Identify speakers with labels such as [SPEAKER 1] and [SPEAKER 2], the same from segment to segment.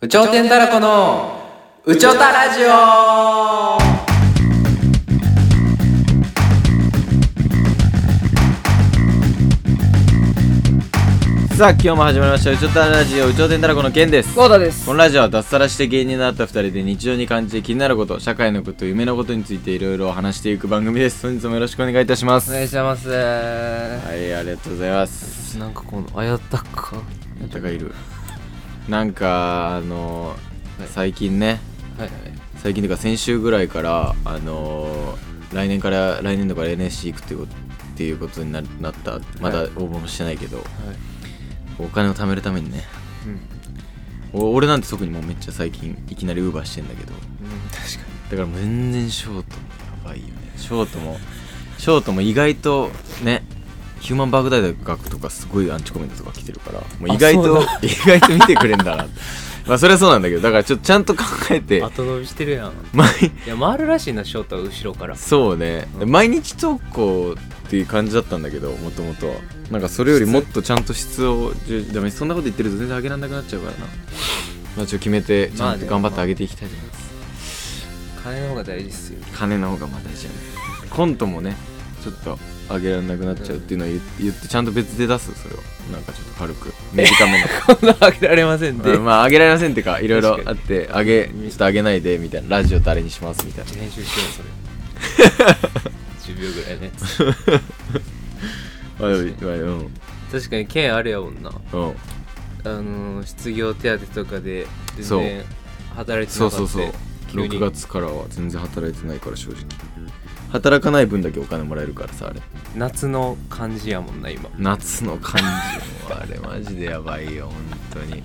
[SPEAKER 1] 宇頂天たらこの宇宙たラジオ
[SPEAKER 2] さあ今日も始まりました「うちょたラジオうちょてんたらこのけん」です
[SPEAKER 3] ゴーダです。
[SPEAKER 2] このラジオは脱サラして芸人になった2人で日常に感じて気になること社会のこと夢のことについていろいろお話していく番組です本日もよろしくお願いいたします
[SPEAKER 3] お願いします。な
[SPEAKER 2] はいありがとうございます
[SPEAKER 3] んかこの、あやたか。
[SPEAKER 2] あんたがいるなんかあの最近ね
[SPEAKER 3] はいはい。
[SPEAKER 2] 最近というか先週ぐらいからあの来年から来年度から NSC 行くっていうことっていうことにななったまだ応募もしてないけど、お金を貯めるためにね
[SPEAKER 3] うん。
[SPEAKER 2] お俺なんて特にもうめっちゃ最近いきなりウーバーしてんだけど
[SPEAKER 3] 確か
[SPEAKER 2] だからもう全然ショートもやばいよねショートもショートも意外とねヒューマンバーグ大学とかすごいアンチコメントとか来てるからもう意外と
[SPEAKER 3] あそう
[SPEAKER 2] 意外と見てくれんだなってまあそれはそうなんだけどだからちょっとちゃんと考えて
[SPEAKER 3] に。後伸びしてるやん。
[SPEAKER 2] 毎
[SPEAKER 3] いや、回るらしいな、ショートは後ろから。
[SPEAKER 2] そうね、
[SPEAKER 3] うん
[SPEAKER 2] 毎日投稿っていう感じだったんだけどもともとはなんかそれよりもっとちゃんと質を重でもそんなこと言ってると全然上げられなくなっちゃうからなまあちょっと決めてちゃんと頑張って上げていきたいと思います、
[SPEAKER 3] 金の方が大事っ すよ。
[SPEAKER 2] 金の方がまだじゃんコントもねちょっと上げられなくなっちゃうっていうのを言言ってちゃんと別で出すそれをなんかちょっと軽く短めの
[SPEAKER 3] こんなあげられませんで。
[SPEAKER 2] うんまあ上げられませんっていうかいろいろ
[SPEAKER 3] 確
[SPEAKER 2] あ
[SPEAKER 3] か
[SPEAKER 2] って上げちょっと上げないでみたいなラジオ誰にしますみたいな
[SPEAKER 3] 編集してよ、 それ。10秒ぐらいね。
[SPEAKER 2] あでもまあうん
[SPEAKER 3] 確かに、剣あるやもんな。
[SPEAKER 2] うん
[SPEAKER 3] あのー、失業手当とかで、
[SPEAKER 2] そう
[SPEAKER 3] 全然働いて
[SPEAKER 2] そ
[SPEAKER 3] な
[SPEAKER 2] う
[SPEAKER 3] か
[SPEAKER 2] そう
[SPEAKER 3] った
[SPEAKER 2] そう
[SPEAKER 3] 急に
[SPEAKER 2] 6月からは全然働いてないから正直働かない分だけお金もらえるからさあれ
[SPEAKER 3] 夏の感じやもんな、今。
[SPEAKER 2] 夏の感じもあれマジでやばいよ本当に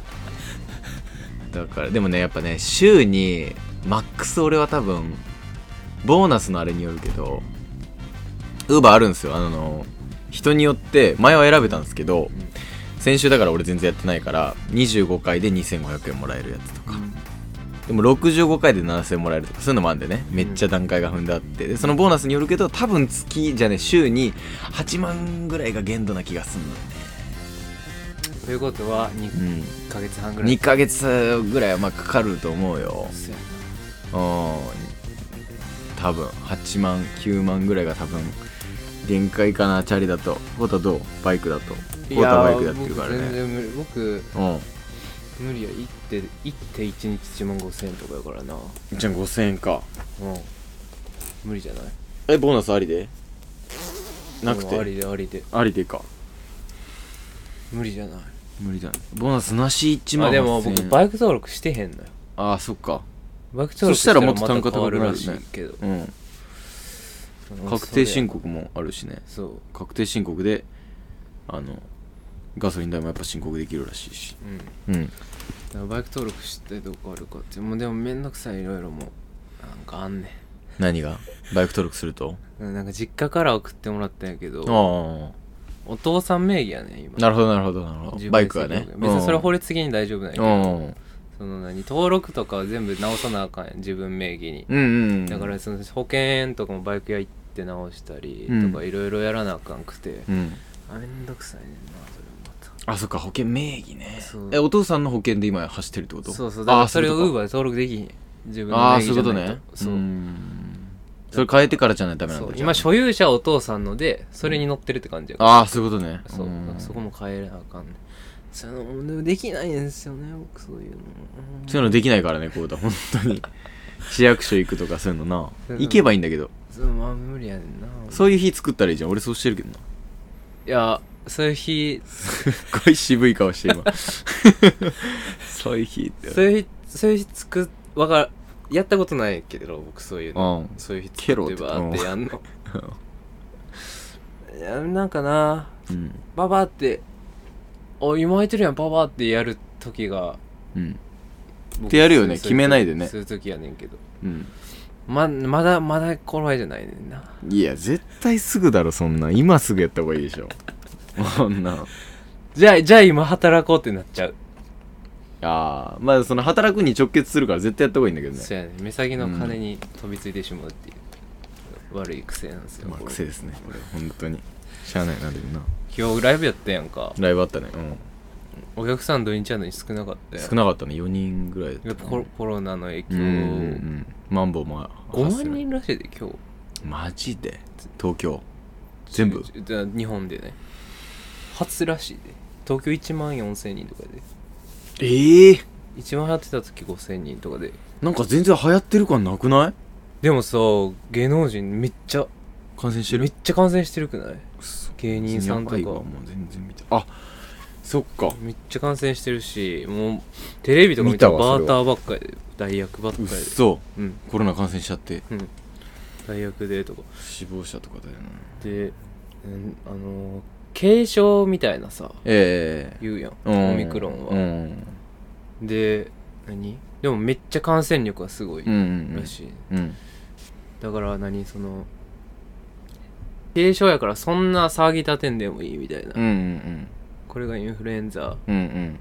[SPEAKER 2] だからでもねやっぱね週にマックス俺は多分ボーナスのあれによるけどウーバーあるんですよあの人によって前は選べたんですけ
[SPEAKER 3] う
[SPEAKER 2] ど
[SPEAKER 3] ん
[SPEAKER 2] 先週だから俺全然やってないから25回で2500円もらえるやつとかでも65回で7000円もらえるとかそういうのもあるんでねめっちゃ段階が踏んであってでそのボーナスによるけど多分月じゃね週に8万ぐらいが限度な気がすんのよね
[SPEAKER 3] ということは、2ヶ月半ぐ
[SPEAKER 2] うん
[SPEAKER 3] らい。
[SPEAKER 2] 2ヶ月ぐらいはまあかかると思うよ
[SPEAKER 3] そうやな
[SPEAKER 2] うん多分8万9万ぐらいが多分限界かなチャリだとコータどうバイクだとコータバイクやってるから
[SPEAKER 3] いやー僕全
[SPEAKER 2] ね
[SPEAKER 3] 然無理僕
[SPEAKER 2] うん
[SPEAKER 3] 無理や1って1.1日1万5000円とかやからなうん
[SPEAKER 2] じゃあ5000円か
[SPEAKER 3] 無理じゃない
[SPEAKER 2] えボーナスありで
[SPEAKER 3] うんありでありで
[SPEAKER 2] ありでか
[SPEAKER 3] 無理じゃない
[SPEAKER 2] 無理だねボーナスなし1万
[SPEAKER 3] あでも僕
[SPEAKER 2] イ
[SPEAKER 3] バイク登録してへんのよ
[SPEAKER 2] ああそっか
[SPEAKER 3] バイク登
[SPEAKER 2] そ
[SPEAKER 3] 録
[SPEAKER 2] したらもっと単価
[SPEAKER 3] また変
[SPEAKER 2] 高
[SPEAKER 3] わ
[SPEAKER 2] く
[SPEAKER 3] る
[SPEAKER 2] な
[SPEAKER 3] ら
[SPEAKER 2] る
[SPEAKER 3] し
[SPEAKER 2] ね
[SPEAKER 3] いけど
[SPEAKER 2] うん
[SPEAKER 3] うん
[SPEAKER 2] 確定申告もあるしね
[SPEAKER 3] そう
[SPEAKER 2] 確定申告であのガソリン代もやっぱ申告できるらしいし
[SPEAKER 3] うんだか
[SPEAKER 2] うん
[SPEAKER 3] らバイク登録してどこあるかってもうでもめんどくさいいろいろもうなんかあんね
[SPEAKER 2] 何がバイク登録すると
[SPEAKER 3] んうんなんか実家から送ってもらったんやけど
[SPEAKER 2] あ
[SPEAKER 3] お父さん名義やねん今
[SPEAKER 2] あなるほどなるほどなるほど
[SPEAKER 3] 自分で
[SPEAKER 2] バイクはね
[SPEAKER 3] 制御別にそれは法
[SPEAKER 2] り
[SPEAKER 3] 律的に大丈夫なんやけ
[SPEAKER 2] う
[SPEAKER 3] ど
[SPEAKER 2] んうん
[SPEAKER 3] その何登録とかは全部直さなあかんやん自分名義に、
[SPEAKER 2] うん
[SPEAKER 3] だからその保険とかもバイク屋行って直したり
[SPEAKER 2] うん
[SPEAKER 3] とかいろいろやらなあかんくて、
[SPEAKER 2] うん
[SPEAKER 3] あめんどくさいねんなそれもまた
[SPEAKER 2] あそっか保険名義ね
[SPEAKER 3] そう
[SPEAKER 2] えお父さんの保険で今走ってるってこと
[SPEAKER 3] そうそうだからそれをウー
[SPEAKER 2] バ
[SPEAKER 3] バーで登録できひん自分の
[SPEAKER 2] あ
[SPEAKER 3] 名
[SPEAKER 2] あ
[SPEAKER 3] 義
[SPEAKER 2] そうい
[SPEAKER 3] じ
[SPEAKER 2] う
[SPEAKER 3] ゃ
[SPEAKER 2] こと
[SPEAKER 3] ない
[SPEAKER 2] ね
[SPEAKER 3] とそう,、
[SPEAKER 2] んそれ変えてからじゃないとダメなん
[SPEAKER 3] そう
[SPEAKER 2] だじゃあ
[SPEAKER 3] 今所有者はお父さんのでそれに乗ってるって感じやから
[SPEAKER 2] ああそういうことね
[SPEAKER 3] そう
[SPEAKER 2] うん
[SPEAKER 3] だからそこも変えなあかんねんそういうのもできないんですよね僕そういうのうん
[SPEAKER 2] そういうのできないからねこうだ本 当に市役所行くとかそういうの
[SPEAKER 3] う
[SPEAKER 2] なん行けばいいんだけど
[SPEAKER 3] そうまあ無理やねんな
[SPEAKER 2] そういう日作ったらいいじゃん俺そうしてるけど な
[SPEAKER 3] いやそういう日
[SPEAKER 2] すっごい渋い顔して今そういう日って
[SPEAKER 3] そういう日、そういう日作、わかる、やったことないけど、僕そういう
[SPEAKER 2] う
[SPEAKER 3] の。
[SPEAKER 2] ん
[SPEAKER 3] そういう日
[SPEAKER 2] ケロっ
[SPEAKER 3] 作
[SPEAKER 2] て
[SPEAKER 3] ってバーってやん の。いや、なんかな、
[SPEAKER 2] うん
[SPEAKER 3] ババって、お、今空いてるやん、ババってやる時が。
[SPEAKER 2] うん
[SPEAKER 3] 僕
[SPEAKER 2] ってやるよね
[SPEAKER 3] そう
[SPEAKER 2] 決めないでね
[SPEAKER 3] そういう時やねんけど。
[SPEAKER 2] うん
[SPEAKER 3] ま、まだ、まだ頃合いじゃないねんな。
[SPEAKER 2] いや絶対すぐだろそんなん今すぐやった方がいいで しょそんなん
[SPEAKER 3] じゃあ、じゃあ今働こうってなっちゃう。
[SPEAKER 2] ああまあその働くに直結するから絶対やった方がいいんだけどね
[SPEAKER 3] そうやねん。目先の金に飛びついてしまうっていう。悪い癖なんですよ。
[SPEAKER 2] まあ
[SPEAKER 3] これ
[SPEAKER 2] 癖ですね俺本当にしゃあないなでもな
[SPEAKER 3] 今日ライブやったやんか。
[SPEAKER 2] ライブあったねうん
[SPEAKER 3] お客さん土日やのに少なかったよ
[SPEAKER 2] 少なかったね4人ぐらいだった
[SPEAKER 3] やっぱコロコロナの影響
[SPEAKER 2] うんうんうんマンボウも
[SPEAKER 3] 5
[SPEAKER 2] 発生
[SPEAKER 3] 万人らしいで今日
[SPEAKER 2] マジで東京全部
[SPEAKER 3] じゃあ日本でね初らしいで東京1万4000人とかで
[SPEAKER 2] ええ
[SPEAKER 3] 一番流行ってた時5000人とかで
[SPEAKER 2] なんか全然流行ってる感なくない
[SPEAKER 3] でもさ芸能人めっちゃ
[SPEAKER 2] 感染してる
[SPEAKER 3] めっちゃ感染してるくない芸人さんとか
[SPEAKER 2] やばいわもう全然見てあそっか
[SPEAKER 3] めっちゃ感染してるしもうテレビとか見たら
[SPEAKER 2] 見たわ
[SPEAKER 3] バ
[SPEAKER 2] それ
[SPEAKER 3] ー
[SPEAKER 2] は
[SPEAKER 3] ターばっかりで代役ばっか
[SPEAKER 2] うっ
[SPEAKER 3] りで
[SPEAKER 2] そ
[SPEAKER 3] うん
[SPEAKER 2] コロナ感染しちゃって
[SPEAKER 3] うん代役でとか
[SPEAKER 2] 死亡者とかだよな
[SPEAKER 3] で、うん、あのー軽症みたいなさ
[SPEAKER 2] え
[SPEAKER 3] 言うやん
[SPEAKER 2] えうん
[SPEAKER 3] オミクロンは、
[SPEAKER 2] うん
[SPEAKER 3] で何でもめっちゃ感染力がすごい
[SPEAKER 2] うんうんうん
[SPEAKER 3] らしい、
[SPEAKER 2] うん
[SPEAKER 3] だから何その軽症やからそんな騒ぎ立てんでもいいみたいな、
[SPEAKER 2] うんうん
[SPEAKER 3] これがインフルエンザっ
[SPEAKER 2] うんうん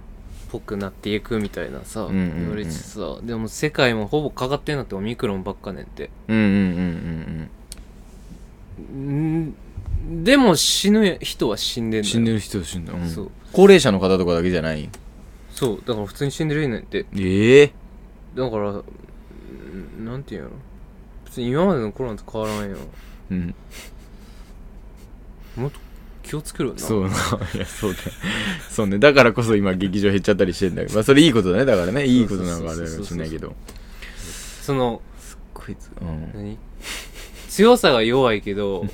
[SPEAKER 3] ぽくなっていくみたいなさ、
[SPEAKER 2] うんうんうん
[SPEAKER 3] 言われてさでも世界もほぼかかってんのってオミクロンばっかねんって
[SPEAKER 2] うんうんうんうん
[SPEAKER 3] んでも死ぬ人は死んで
[SPEAKER 2] うん
[SPEAKER 3] のよ
[SPEAKER 2] 死んでる人は死んだ、うん、
[SPEAKER 3] そう
[SPEAKER 2] 高齢者の方とかだけじゃない
[SPEAKER 3] そうだから普通に死んでるねんって
[SPEAKER 2] ええ
[SPEAKER 3] だからんなんていうんやろ別に今までのコロナと変わらんよ
[SPEAKER 2] うん
[SPEAKER 3] もっと気をつけろよな
[SPEAKER 2] そうないやそうだそうねだからこそ今劇場減っちゃったりしてんだけどまあそれいいことだねだからねいいことなんかあれかもしれないけど
[SPEAKER 3] その
[SPEAKER 2] こいつうん
[SPEAKER 3] 何強さが弱いけど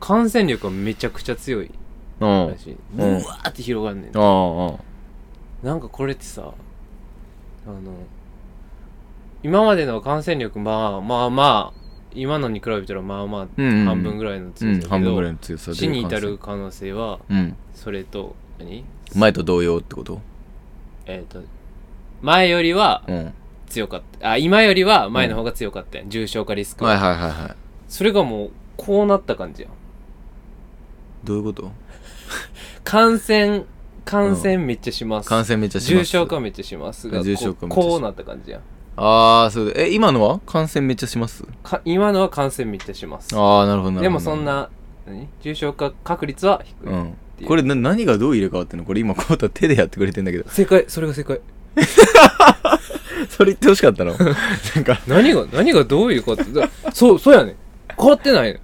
[SPEAKER 3] 感染力はめちゃくちゃ強い
[SPEAKER 2] うんあ
[SPEAKER 3] らしい、
[SPEAKER 2] ん
[SPEAKER 3] うわーって広がんねん
[SPEAKER 2] あああ
[SPEAKER 3] なんかこれってさあの今までの感染力まあまあまあ今のに比べたらまあまあ
[SPEAKER 2] うんうんうん
[SPEAKER 3] 半分ぐらいの
[SPEAKER 2] う
[SPEAKER 3] 強さ
[SPEAKER 2] ん
[SPEAKER 3] だけど、
[SPEAKER 2] 半分ぐらいの強さで
[SPEAKER 3] 死に至る可能性は
[SPEAKER 2] うん
[SPEAKER 3] それと何
[SPEAKER 2] 前と同様ってこと
[SPEAKER 3] えっ、と前よりは
[SPEAKER 2] うん
[SPEAKER 3] 強かったあ今よりは前の方が強かったやん、重症化リスクは、
[SPEAKER 2] はいはいはいはい
[SPEAKER 3] それがもうこうなった感じやん
[SPEAKER 2] どういうこと
[SPEAKER 3] 感染感染めっちゃします、
[SPEAKER 2] 感染めっちゃしま
[SPEAKER 3] 重
[SPEAKER 2] す
[SPEAKER 3] 症化めっちゃしますが
[SPEAKER 2] 重症化めっちゃし
[SPEAKER 3] こうこうなった感じやん
[SPEAKER 2] ああそうだえ今のは感染めっちゃします
[SPEAKER 3] か今のは感染めっちゃします
[SPEAKER 2] ああなるほどなるほど
[SPEAKER 3] でもそんな何重症化確率は低い、
[SPEAKER 2] うんこれな何がどう入れ替わってんのこれ今こうた手でやってくれてんだけど
[SPEAKER 3] 正解それが正解
[SPEAKER 2] それ言ってほしかっ たのなんか
[SPEAKER 3] 何が何がどういうことだそうそうやねん変わってないの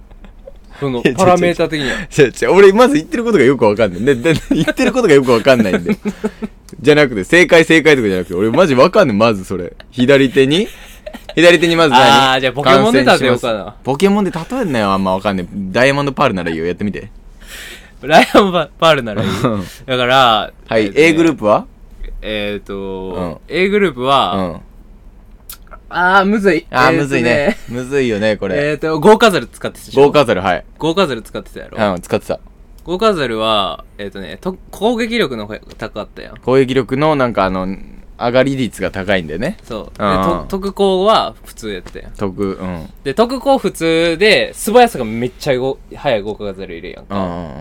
[SPEAKER 3] その
[SPEAKER 2] いや違う違う
[SPEAKER 3] パラメータ的に は
[SPEAKER 2] 違う違う俺まず言ってることがよくわかんないでで言ってることがよくわかんない んでじゃなくて正解正解とかじゃなくて俺マジわかんないまずそれ左手に左手にまず何
[SPEAKER 3] あーじゃあポケモンで例えようかな
[SPEAKER 2] 感染しますポケモンで例えんなよあんまわかんないダイヤモンドパールならいいよやってみて
[SPEAKER 3] ライオンパパールならいい だから
[SPEAKER 2] はい、
[SPEAKER 3] えーとね
[SPEAKER 2] A グループは
[SPEAKER 3] えっ、と、
[SPEAKER 2] う
[SPEAKER 3] A グループ
[SPEAKER 2] う
[SPEAKER 3] は、
[SPEAKER 2] ん
[SPEAKER 3] あーむずい
[SPEAKER 2] あ
[SPEAKER 3] えー
[SPEAKER 2] ー
[SPEAKER 3] と
[SPEAKER 2] むずいねむずいよねこ
[SPEAKER 3] え
[SPEAKER 2] れ
[SPEAKER 3] っ、とゴーカザル使ってたでしょ
[SPEAKER 2] ゴーカーザルはい
[SPEAKER 3] ゴーカザル使ってたやろ、
[SPEAKER 2] うん使ってた
[SPEAKER 3] ゴーカザルはえっ、とねと攻撃力の方が高かったやん
[SPEAKER 2] 攻撃力のなんかあの上がり率が高いんだよね
[SPEAKER 3] そうで
[SPEAKER 2] うん
[SPEAKER 3] と特攻は普通やったやん
[SPEAKER 2] 得うん
[SPEAKER 3] で特攻普通で素早さがめっちゃご速いゴーカザルいるやん
[SPEAKER 2] う
[SPEAKER 3] か、
[SPEAKER 2] んうんうん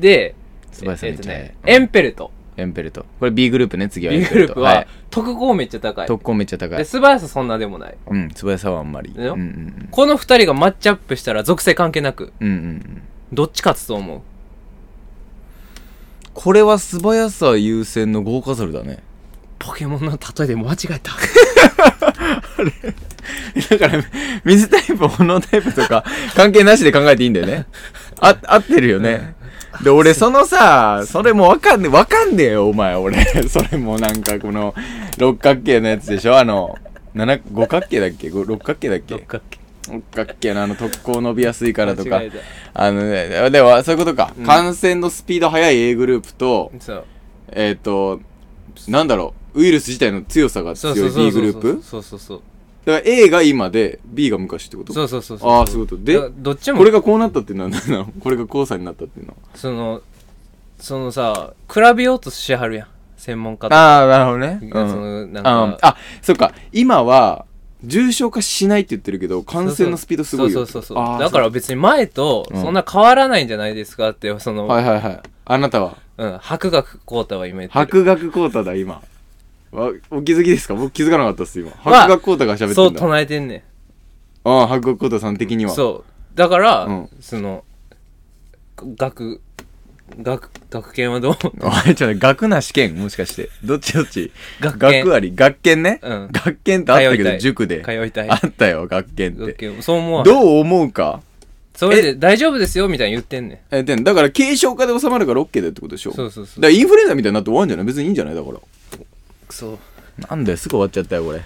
[SPEAKER 3] で
[SPEAKER 2] 素早さ
[SPEAKER 3] え
[SPEAKER 2] め
[SPEAKER 3] っ、
[SPEAKER 2] っ
[SPEAKER 3] と
[SPEAKER 2] ちゃ速い
[SPEAKER 3] ね、エンペルト
[SPEAKER 2] エンペルトこれ B グループね次は
[SPEAKER 3] B グループ
[SPEAKER 2] は
[SPEAKER 3] はい特攻めっちゃ高い
[SPEAKER 2] 特攻めっちゃ高
[SPEAKER 3] で
[SPEAKER 2] い
[SPEAKER 3] 素早さそんなでもない
[SPEAKER 2] うん素早さはあんまりうん
[SPEAKER 3] だよ
[SPEAKER 2] うん
[SPEAKER 3] この二人がマッチアップしたら属性関係なく
[SPEAKER 2] うんうんうんうん
[SPEAKER 3] どっち勝つと思う
[SPEAKER 2] これは素早さ優先の豪華ザルだね
[SPEAKER 3] ポケモンの例えで間違えた
[SPEAKER 2] だから水タイプ炎タイプとか 関係なしで考えていいんだよねあ合ってるよねで俺そのさそれもわかんねわかんねえよお前俺 それもなんかこの六角形のやつでしょあの七五角形だっけご六角形だっけ
[SPEAKER 3] 角
[SPEAKER 2] 六角形のあの特攻伸びやすいからとか
[SPEAKER 3] 間違え
[SPEAKER 2] あのね、では、そういうことか。
[SPEAKER 3] うん
[SPEAKER 2] 感染のスピード速い A グループと、
[SPEAKER 3] たそう
[SPEAKER 2] えっ、と、なんだろう、ウイルス自体の強さが
[SPEAKER 3] そ
[SPEAKER 2] 強
[SPEAKER 3] うそう
[SPEAKER 2] い
[SPEAKER 3] そう
[SPEAKER 2] B
[SPEAKER 3] そ
[SPEAKER 2] グ
[SPEAKER 3] う
[SPEAKER 2] ループ
[SPEAKER 3] そうそうそう
[SPEAKER 2] だから A が今で、B が昔ってこと
[SPEAKER 3] そううそうそう
[SPEAKER 2] あーそういうことで
[SPEAKER 3] だからどっちも
[SPEAKER 2] これがこうなったっていうのは何なのこれが交差になったっていうのは。
[SPEAKER 3] そのそのさ比べようとしはるやん専門家と
[SPEAKER 2] ああ、なるほどね
[SPEAKER 3] そのなん
[SPEAKER 2] あ
[SPEAKER 3] か
[SPEAKER 2] あ、そっか。今は、重症化しないって言ってるけど、感染のスピードすごい
[SPEAKER 3] そう
[SPEAKER 2] よってこ
[SPEAKER 3] そうそ
[SPEAKER 2] と。
[SPEAKER 3] うそう
[SPEAKER 2] あー
[SPEAKER 3] だから別に前と
[SPEAKER 2] うん
[SPEAKER 3] そんな変わらないんじゃないですかってその、
[SPEAKER 2] そうはいはいはい。あなたは、
[SPEAKER 3] うん、白学浩太は今言ってる
[SPEAKER 2] 白学コータだ、今。わお気づきですか僕気づかなかったっす、今。
[SPEAKER 3] まあ
[SPEAKER 2] 白学コータが喋って
[SPEAKER 3] そ
[SPEAKER 2] るん
[SPEAKER 3] う
[SPEAKER 2] だ。
[SPEAKER 3] 唱えてんね
[SPEAKER 2] ああ、白国コータさん的に
[SPEAKER 3] ん
[SPEAKER 2] は。
[SPEAKER 3] そうだから、
[SPEAKER 2] うん
[SPEAKER 3] その学学、学研はどう思った
[SPEAKER 2] お前ちょっと学な試験もしかして。どっちどっち
[SPEAKER 3] 学研
[SPEAKER 2] 学あり学研ね、
[SPEAKER 3] うん
[SPEAKER 2] 学研ってあった
[SPEAKER 3] 通
[SPEAKER 2] け
[SPEAKER 3] いた
[SPEAKER 2] ど、
[SPEAKER 3] い
[SPEAKER 2] 塾で。
[SPEAKER 3] 通いたい
[SPEAKER 2] あ。ったよ、学研っ
[SPEAKER 3] 学
[SPEAKER 2] て。
[SPEAKER 3] 研、そう思わん
[SPEAKER 2] どう思うか
[SPEAKER 3] それで大丈夫ですよみたいに言ってんね
[SPEAKER 2] え、でもだから軽症化で収まるからオッケーだよってことでしょ
[SPEAKER 3] ん。そうそうそう
[SPEAKER 2] だ。からインフルエンザみたいになって終わんじゃない別にいいんじゃないだから。
[SPEAKER 3] くそ。
[SPEAKER 2] なんだよ、すぐ終わっちゃったよ、 これ。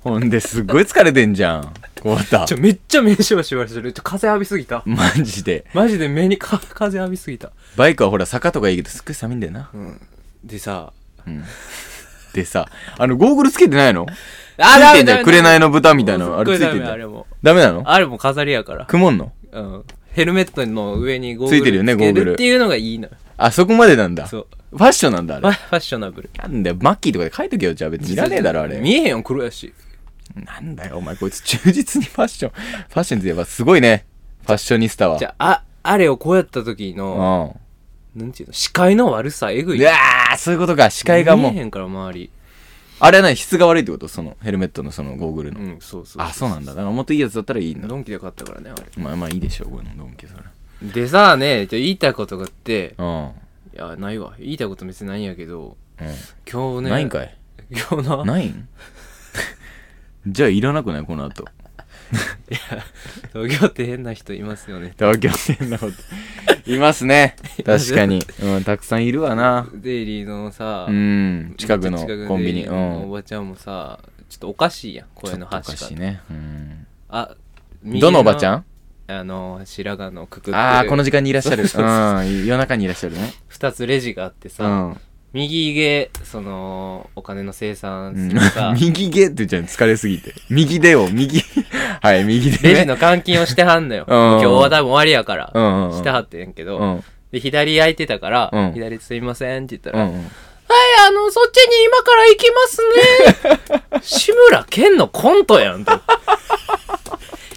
[SPEAKER 2] ほんで、すっごい疲れてんじゃん。こうだ
[SPEAKER 3] ちょ、。めっちゃ目しばしばしてる。ちょ、風浴びすぎた。
[SPEAKER 2] マジで。
[SPEAKER 3] マジで目にか風浴びすぎた。
[SPEAKER 2] バイクはほら、坂とかいいけど、すっごい寒いんだよな。
[SPEAKER 3] うん。でさ、
[SPEAKER 2] うん。でさ、あの、ゴーグルつけてないの
[SPEAKER 3] あ
[SPEAKER 2] ついてんじゃん。紅の豚みたいなの。あ
[SPEAKER 3] あれ
[SPEAKER 2] れ
[SPEAKER 3] つ
[SPEAKER 2] つ
[SPEAKER 3] い
[SPEAKER 2] い
[SPEAKER 3] て
[SPEAKER 2] て
[SPEAKER 3] んだ
[SPEAKER 2] んじ
[SPEAKER 3] あ
[SPEAKER 2] ゃ
[SPEAKER 3] れ
[SPEAKER 2] ん。
[SPEAKER 3] も。
[SPEAKER 2] ダメなの
[SPEAKER 3] あれも飾りやから。
[SPEAKER 2] くもんの
[SPEAKER 3] うん。ヘルメットの上にゴーグル
[SPEAKER 2] ついてるよね
[SPEAKER 3] つけ
[SPEAKER 2] ゴーグル
[SPEAKER 3] っていうのがいいのよ。
[SPEAKER 2] あそこまでなんだ。フ
[SPEAKER 3] そう。
[SPEAKER 2] ァッションなんだ、あ
[SPEAKER 3] ファ
[SPEAKER 2] れ。
[SPEAKER 3] ファッショナブル。
[SPEAKER 2] なんだよ、マッキーとかで書いとけよ、じゃあ別に。いらねえだろ、あれ。
[SPEAKER 3] 見えへんよ、黒やし。
[SPEAKER 2] なんだよ、お前、こいつ忠実にファッション。ファッションって言えばすごいね。ファッショニスタは。
[SPEAKER 3] じゃあ、あ、あれをこうやった時
[SPEAKER 2] う
[SPEAKER 3] の、
[SPEAKER 2] ん。
[SPEAKER 3] なんていうの、視界の悪さ、えぐい。
[SPEAKER 2] うわー、そういうことか。視界がも
[SPEAKER 3] 見え
[SPEAKER 2] う。
[SPEAKER 3] へんから、周り。
[SPEAKER 2] あれは何質が悪いってことその、ヘルメットのそのゴーグル
[SPEAKER 3] う
[SPEAKER 2] の。
[SPEAKER 3] ん、そうそう。
[SPEAKER 2] あ、そうなんだ。だからもっといいやつだったらいいんだ。
[SPEAKER 3] ドンキで買ったからね、あれ。
[SPEAKER 2] まあまあいいでしょう、このドンキそれ。
[SPEAKER 3] でさあね、ちょ言いたいことがあって、
[SPEAKER 2] うん。うん
[SPEAKER 3] いや、ないわ。言いたいこと別にないんやけど、今日ね、
[SPEAKER 2] ないんかい
[SPEAKER 3] 今日の、
[SPEAKER 2] ないん じゃあいらなくないこの後。
[SPEAKER 3] 東京って変な人いますよね。
[SPEAKER 2] 東京店のこと。いますね。確かに。うん、たくさんいるわな。
[SPEAKER 3] デイリーのさ、
[SPEAKER 2] うん、近くの
[SPEAKER 3] めっちゃ近く
[SPEAKER 2] コンビ
[SPEAKER 3] デイ
[SPEAKER 2] ニ。
[SPEAKER 3] リー
[SPEAKER 2] う
[SPEAKER 3] のお
[SPEAKER 2] ん。
[SPEAKER 3] ばちゃんもさ、ちょっとおかしいやん、
[SPEAKER 2] ちょ
[SPEAKER 3] 声
[SPEAKER 2] っと
[SPEAKER 3] の
[SPEAKER 2] お
[SPEAKER 3] 発
[SPEAKER 2] か
[SPEAKER 3] し方
[SPEAKER 2] しい。ね。うん。
[SPEAKER 3] あ、右
[SPEAKER 2] どのおばちゃん
[SPEAKER 3] あの、白髪のくくってる。
[SPEAKER 2] ああ、この時間にいらっしゃる。
[SPEAKER 3] そうそうそ
[SPEAKER 2] うん、夜中にいらっしゃるね。
[SPEAKER 3] 二つレジがあって
[SPEAKER 2] う
[SPEAKER 3] さ、
[SPEAKER 2] ん。
[SPEAKER 3] 右で、その、お金の生産
[SPEAKER 2] うん、
[SPEAKER 3] するさ
[SPEAKER 2] 右ゲーって言っちゃうの疲れすぎて。右でを、右。はい、右
[SPEAKER 3] レ
[SPEAKER 2] で
[SPEAKER 3] ジ
[SPEAKER 2] ね。
[SPEAKER 3] の換金をしてはんのよ。
[SPEAKER 2] うん
[SPEAKER 3] 今日は多分終わりやから、
[SPEAKER 2] うんうんうん
[SPEAKER 3] してはってんけど、
[SPEAKER 2] うん。
[SPEAKER 3] で、左空いてたから、
[SPEAKER 2] うん
[SPEAKER 3] 左すいませんって言った
[SPEAKER 2] う
[SPEAKER 3] ら、
[SPEAKER 2] んうん。
[SPEAKER 3] はい、あの、そっちに今から行きますね。 志村けんのコントやんと。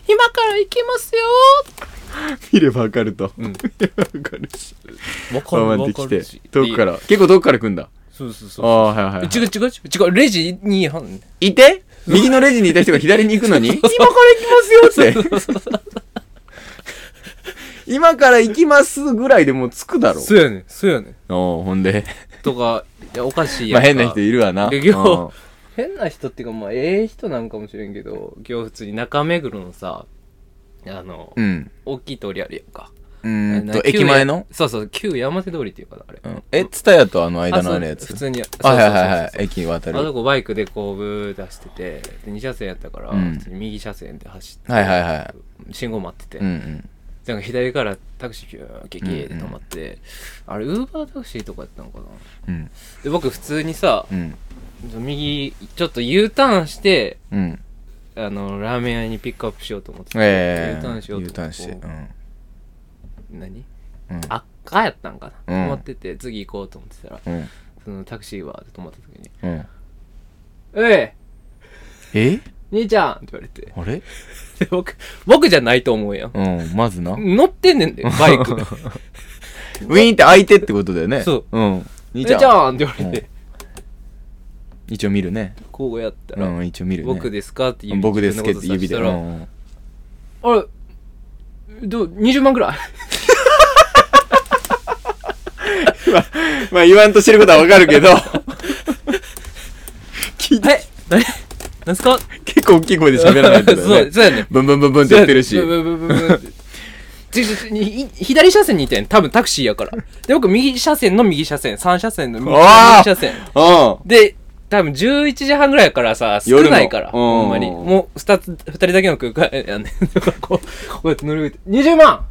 [SPEAKER 3] 今から行きますよ。
[SPEAKER 2] 見ればわかると。
[SPEAKER 3] うん
[SPEAKER 2] 見ればわかるし。
[SPEAKER 3] わか
[SPEAKER 2] 頑
[SPEAKER 3] る
[SPEAKER 2] 張っ
[SPEAKER 3] わ
[SPEAKER 2] て
[SPEAKER 3] か
[SPEAKER 2] き
[SPEAKER 3] る
[SPEAKER 2] て
[SPEAKER 3] し。。
[SPEAKER 2] 遠くから。結構遠くから来んだ。
[SPEAKER 3] そうそうそう。
[SPEAKER 2] ああ、はいはいはい。
[SPEAKER 3] 違う違う違う違う、レジにいはんねん。
[SPEAKER 2] いて右のレジにいた人が左に行くのに今から行きますよって。今から行きますぐらいでもう着くだ ろ。
[SPEAKER 3] そうやねん、そうやねん。
[SPEAKER 2] おうほんで。
[SPEAKER 3] とか、いや、おかしい
[SPEAKER 2] ま
[SPEAKER 3] や
[SPEAKER 2] あ
[SPEAKER 3] んか。
[SPEAKER 2] 変な人いるわな。
[SPEAKER 3] で今日
[SPEAKER 2] うん
[SPEAKER 3] 変な人っていうか、まあ、ええ人なんかもしれんけど、今日普通に中目黒のさ、あの、
[SPEAKER 2] うん。
[SPEAKER 3] 大きい通りあるやんか。
[SPEAKER 2] うーん
[SPEAKER 3] な
[SPEAKER 2] と、
[SPEAKER 3] 旧
[SPEAKER 2] 駅前の
[SPEAKER 3] そうそう、旧山手通りっていうかな、あれ。
[SPEAKER 2] うんえ、ツタヤとあの間のあるや
[SPEAKER 3] そう
[SPEAKER 2] つ
[SPEAKER 3] 普。通に。
[SPEAKER 2] あ、はい
[SPEAKER 3] そうそうそう
[SPEAKER 2] はい
[SPEAKER 3] そう
[SPEAKER 2] はい。駅渡る。
[SPEAKER 3] あ
[SPEAKER 2] はい
[SPEAKER 3] そこバイクでこうブー出してて、で2車線やったから、
[SPEAKER 2] うん
[SPEAKER 3] 普通に右車線で走って、
[SPEAKER 2] はいは
[SPEAKER 3] 信号待ってて、
[SPEAKER 2] い。うんうん。
[SPEAKER 3] なんか左からタクシーピューン、キュキーって止まって、あれ、ウーバータクシーとかやったのかな
[SPEAKER 2] うん。
[SPEAKER 3] で、僕普通にさ
[SPEAKER 2] う、ん。
[SPEAKER 3] 右、ちょっと U ターンして、
[SPEAKER 2] うん。
[SPEAKER 3] あの、ラーメン屋にピックアップしようと思ってて、
[SPEAKER 2] ええ。
[SPEAKER 3] U ターンしようと
[SPEAKER 2] U ター
[SPEAKER 3] 思
[SPEAKER 2] ン
[SPEAKER 3] っ
[SPEAKER 2] してて。うん。
[SPEAKER 3] 何
[SPEAKER 2] うん。
[SPEAKER 3] 赤やったんかな、
[SPEAKER 2] うん
[SPEAKER 3] 止まってて、次行こうと思ってたら、
[SPEAKER 2] うん。
[SPEAKER 3] そのタクシーは止まった時に、
[SPEAKER 2] うん。
[SPEAKER 3] おい
[SPEAKER 2] え
[SPEAKER 3] 兄ちゃんって言われて。
[SPEAKER 2] あれ
[SPEAKER 3] で僕、僕じゃないと思うやん。
[SPEAKER 2] うん。まずな。
[SPEAKER 3] 乗ってんねんで、バイク。
[SPEAKER 2] ウィーンって開いてってことだよね。。
[SPEAKER 3] そう
[SPEAKER 2] うん。
[SPEAKER 3] 兄
[SPEAKER 2] 兄
[SPEAKER 3] ち
[SPEAKER 2] ち
[SPEAKER 3] ゃ
[SPEAKER 2] ゃ
[SPEAKER 3] ん
[SPEAKER 2] ん。
[SPEAKER 3] って言われて、
[SPEAKER 2] 一応見るね。
[SPEAKER 3] こうやった
[SPEAKER 2] う
[SPEAKER 3] ら、
[SPEAKER 2] ん、一応見るね。
[SPEAKER 3] 僕ですかって
[SPEAKER 2] うん
[SPEAKER 3] 指
[SPEAKER 2] 僕ですけどって指で。
[SPEAKER 3] 自
[SPEAKER 2] う
[SPEAKER 3] 分のこ
[SPEAKER 2] ん
[SPEAKER 3] と指したら
[SPEAKER 2] うん
[SPEAKER 3] あれ、どう、20万くらい
[SPEAKER 2] まあ言わんとしてることはわかるけ ど、 聞いて
[SPEAKER 3] え何何すか
[SPEAKER 2] 結構大きい声で喋らないと だ
[SPEAKER 3] そ
[SPEAKER 2] よ
[SPEAKER 3] う、
[SPEAKER 2] ね。
[SPEAKER 3] そうやねん。
[SPEAKER 2] ブンブンブンブンって言ってるし
[SPEAKER 3] ブ。ブブブブブってちょちょにい左車線にいてん。多分タクシーやから。で、僕、右車線の右車線、3車線の右
[SPEAKER 2] おー
[SPEAKER 3] 右車線。
[SPEAKER 2] うん。
[SPEAKER 3] で、多分11時半ぐらいやからさ、少ないから、
[SPEAKER 2] 夜のうん
[SPEAKER 3] ほんまに。もう2つ、二人だけの空間やねん。だからこう、こうやって乗りて、20万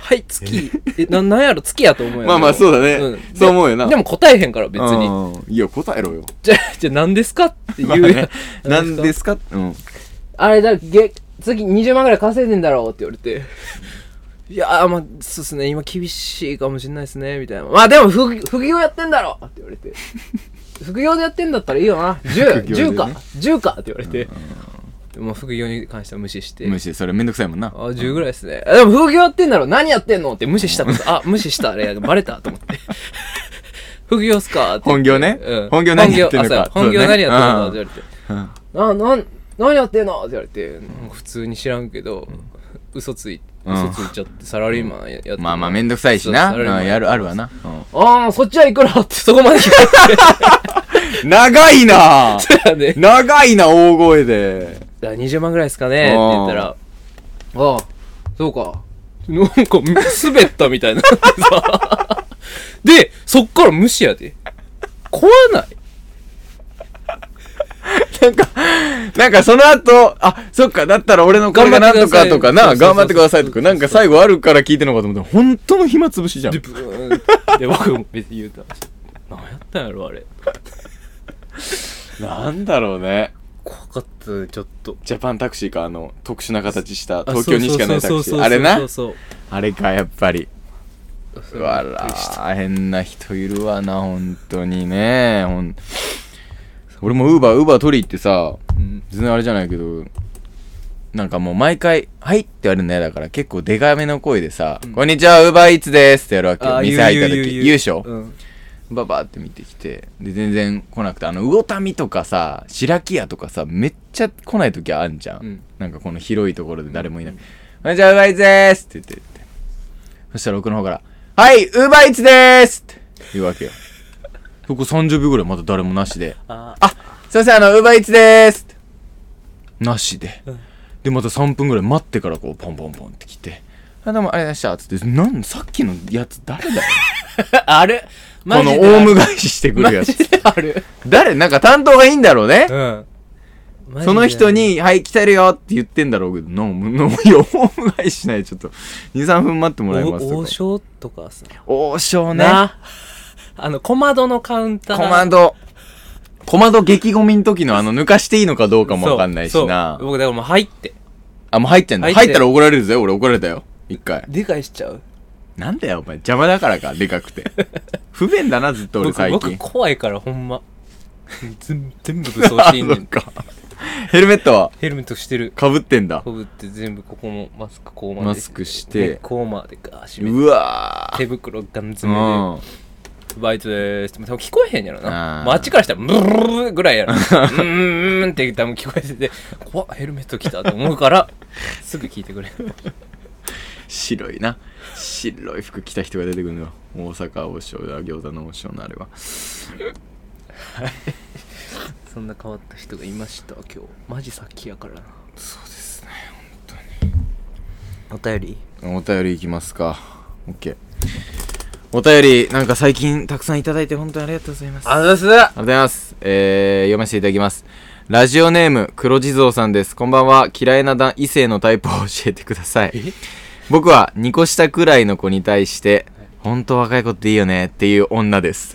[SPEAKER 3] はい、月。え、な、なんやろ、月やと思うよ。
[SPEAKER 2] まあまあそうだね
[SPEAKER 3] ん
[SPEAKER 2] そう思うよな
[SPEAKER 3] ででも答えへんから、別に。
[SPEAKER 2] に。いや、答えろよ。
[SPEAKER 3] じゃ、じゃ、何ですかって言うやん。
[SPEAKER 2] なんですすかうん。
[SPEAKER 3] あれだ、げ、次20万ぐらい稼いでんだろうって言われ て。いやー、まあ、そうっすね。今厳しいかもしんないっすね。みたいな。まあでも副、副業やってんだろって言われ て。副業でやってんだったらいいよな。10、
[SPEAKER 2] 副業で
[SPEAKER 3] 10
[SPEAKER 2] ね
[SPEAKER 3] か、10かって言われて。でも副業に関しては無視して。
[SPEAKER 2] 無視、それめんどくさいもんな
[SPEAKER 3] あ。ー、10ぐらいですね。あでも副業やってんだろ何やってんのって無視したこと。あ、無視した。あれ、バレたと思って。 副業っすかって言って
[SPEAKER 2] 本業ね
[SPEAKER 3] うん。
[SPEAKER 2] 本業何やってんのか
[SPEAKER 3] あそう本業
[SPEAKER 2] そうね
[SPEAKER 3] 何やってんのかって言われて。
[SPEAKER 2] うん
[SPEAKER 3] な、なん、何やってんのって言われて、なんか普通に知らんけど、嘘つい、
[SPEAKER 2] うん
[SPEAKER 3] 嘘ついちゃってサラリーマンやって
[SPEAKER 2] まあまあめんどくさいしな。
[SPEAKER 3] そう
[SPEAKER 2] うん、やる、あるわな。う
[SPEAKER 3] ああ、そっちはいくらってそこまで聞か
[SPEAKER 2] ん長 いな
[SPEAKER 3] れたらね。
[SPEAKER 2] 長いな、大声で。
[SPEAKER 3] だから20万ぐらいですかねって言ったら、ああ、そうか。なんか、滑ったみたいな。 で、そっから無視やで。怖ない
[SPEAKER 2] なんかその後、あ、そっか、だったら俺の顔がなんとかとかな、頑
[SPEAKER 3] 頑
[SPEAKER 2] 張
[SPEAKER 3] 張
[SPEAKER 2] っ
[SPEAKER 3] ってて
[SPEAKER 2] く
[SPEAKER 3] く
[SPEAKER 2] だ
[SPEAKER 3] だ
[SPEAKER 2] さ
[SPEAKER 3] さ
[SPEAKER 2] い
[SPEAKER 3] い
[SPEAKER 2] とか、なんか最後あるから聞いてんのかと思ったら、本当の暇つぶしじゃん
[SPEAKER 3] で、。ブーンで、僕も別に言うたら、何やったんやろ、あれ。
[SPEAKER 2] なんだろうね。
[SPEAKER 3] 怖かったね、ちょっと。
[SPEAKER 2] ジャパンタクシーか、あの、特殊な形した、
[SPEAKER 3] あ
[SPEAKER 2] 東京にしかないタ
[SPEAKER 3] そ
[SPEAKER 2] ク
[SPEAKER 3] う
[SPEAKER 2] シ
[SPEAKER 3] そうそうそ
[SPEAKER 2] ー。
[SPEAKER 3] う
[SPEAKER 2] あれな
[SPEAKER 3] そう。そう
[SPEAKER 2] あれか、やっぱり。
[SPEAKER 3] そう
[SPEAKER 2] うわら、変な人いるわな、本当にね。ほん俺もウーバー、ウーバー取り行ってさ、
[SPEAKER 3] うん
[SPEAKER 2] 全然あれじゃないけどなんかもう毎回「はい」って言われるの嫌だから結構でかめの声でさ「こんにちはウーバーイーツです」ってやるわけよ
[SPEAKER 3] あ
[SPEAKER 2] 店入った
[SPEAKER 3] 言う言
[SPEAKER 2] 時
[SPEAKER 3] う言う
[SPEAKER 2] 優勝、
[SPEAKER 3] うん
[SPEAKER 2] ババーって見てきてで全然来なくてあの魚民とかさ白木屋とかさめっちゃ来ない時あんじゃん、
[SPEAKER 3] うん
[SPEAKER 2] なんかこの広いところで誰もいない「こんにちはウーバーイーツです」って言ってってそしたら奥の方から「はいウーバーイーツです」って言うわけよそこ30秒ぐらいまだ誰もなしで
[SPEAKER 3] あ
[SPEAKER 2] あすいません、あの、ウーバーイーツでーす。なしで。で、また3分ぐらい待ってから、こう、ポンポンポンって来て、あ、どうも、ありがとうございました。つって、なん、さっきのやつ誰だよ。
[SPEAKER 3] あれ
[SPEAKER 2] この、オウム返ししてくるや
[SPEAKER 3] マ
[SPEAKER 2] つ
[SPEAKER 3] ジ。である。
[SPEAKER 2] 誰なんか担当がいいんだろうね。
[SPEAKER 3] うん。
[SPEAKER 2] その人、に、はい、来てるよって言ってんだろうけど、ノーム、ノーム、オウム返ししないでちょっと、2、3分待ってもらいます
[SPEAKER 3] お
[SPEAKER 2] と
[SPEAKER 3] 王
[SPEAKER 2] か。
[SPEAKER 3] 将とかさ、
[SPEAKER 2] 王将ね。
[SPEAKER 3] なあの小窓のカウンター
[SPEAKER 2] コマンド。コマンド激ゴミの時のあの、抜かしていいのかどうかもわかんないしな
[SPEAKER 3] そうそう。僕だからもう入って
[SPEAKER 2] あ、もう入ってんだ。
[SPEAKER 3] 入って
[SPEAKER 2] 入ったら怒られるぜ。俺怒られたよ。一回。
[SPEAKER 3] 理解しちゃう
[SPEAKER 2] なんだよ、お前。邪魔だからか、でかくて。不便だな、ずっと俺
[SPEAKER 3] 僕
[SPEAKER 2] 最
[SPEAKER 3] 僕
[SPEAKER 2] 近。
[SPEAKER 3] 怖いからほんま全全部武装していいね
[SPEAKER 2] あそっ
[SPEAKER 3] ん
[SPEAKER 2] か。ヘルメットは
[SPEAKER 3] ヘルメットしてる
[SPEAKER 2] 被ってんだ。
[SPEAKER 3] こぶって全部ここもマスクこうまで
[SPEAKER 2] マスクして
[SPEAKER 3] ねこうまでガー閉めて
[SPEAKER 2] うわ
[SPEAKER 3] 手袋ガン詰め
[SPEAKER 2] ぁ。
[SPEAKER 3] でバイトでーすって多分聞こえへんやろ
[SPEAKER 2] あ
[SPEAKER 3] な
[SPEAKER 2] ー
[SPEAKER 3] もうあっちからしたらブルルルルぐらいや ろうーんって多分聞こえてて怖っヘルメット来たと思う からすぐ聞いてくれ る
[SPEAKER 2] 白いな。白い服着た人が出てくるのよ。大阪王将だ、餃子の王将のあれは。
[SPEAKER 3] そんな変わった人がいました今日マジ先やからなそうですね本当にお便り
[SPEAKER 2] お便りいきますか。オッケー。お便り、なんか最近たくさんいただいて本当にありがとうございます。
[SPEAKER 3] あざっすあ
[SPEAKER 2] ありがとうございます。えー、読ませていただきます。ラジオネーム、黒地蔵さんです。こんばんは。嫌いな男異性のタイプを教えてください
[SPEAKER 3] え。
[SPEAKER 2] 僕は2個下くらいの子に対して、本当若い子っていいよねっていう女です。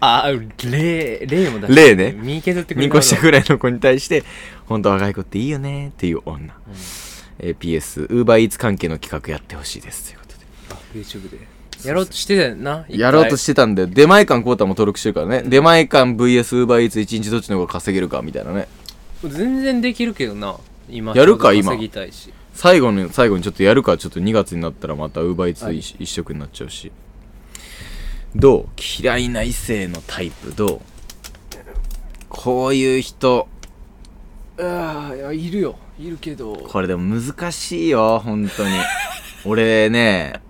[SPEAKER 3] あ例例も出
[SPEAKER 2] 例ね
[SPEAKER 3] 見削ってくれ
[SPEAKER 2] 2
[SPEAKER 3] る
[SPEAKER 2] 個下くらいの子に対して、本当若い子っていいよねっていう女。えー、PS、ウーバーイーツ関係の企画やってほしいです。ということで。
[SPEAKER 3] あ YouTube でやろうとしてたよな一回
[SPEAKER 2] やろうとしてたんで、出前館コータも登録してるからね。出前館 VS ウーバーイーツ1日どっちの方が稼げるかみたいなね。
[SPEAKER 3] 全然できるけどな今
[SPEAKER 2] やるか
[SPEAKER 3] ちょうど稼ぎたいし
[SPEAKER 2] 最後の最後にちょっとやるかちょっと2月になったらまたウーバーイーツ一色になっちゃうしどう嫌いな異性のタイプどうこういう人
[SPEAKER 3] ああいやいるよいるけど
[SPEAKER 2] これでも難しいよ本当に俺ね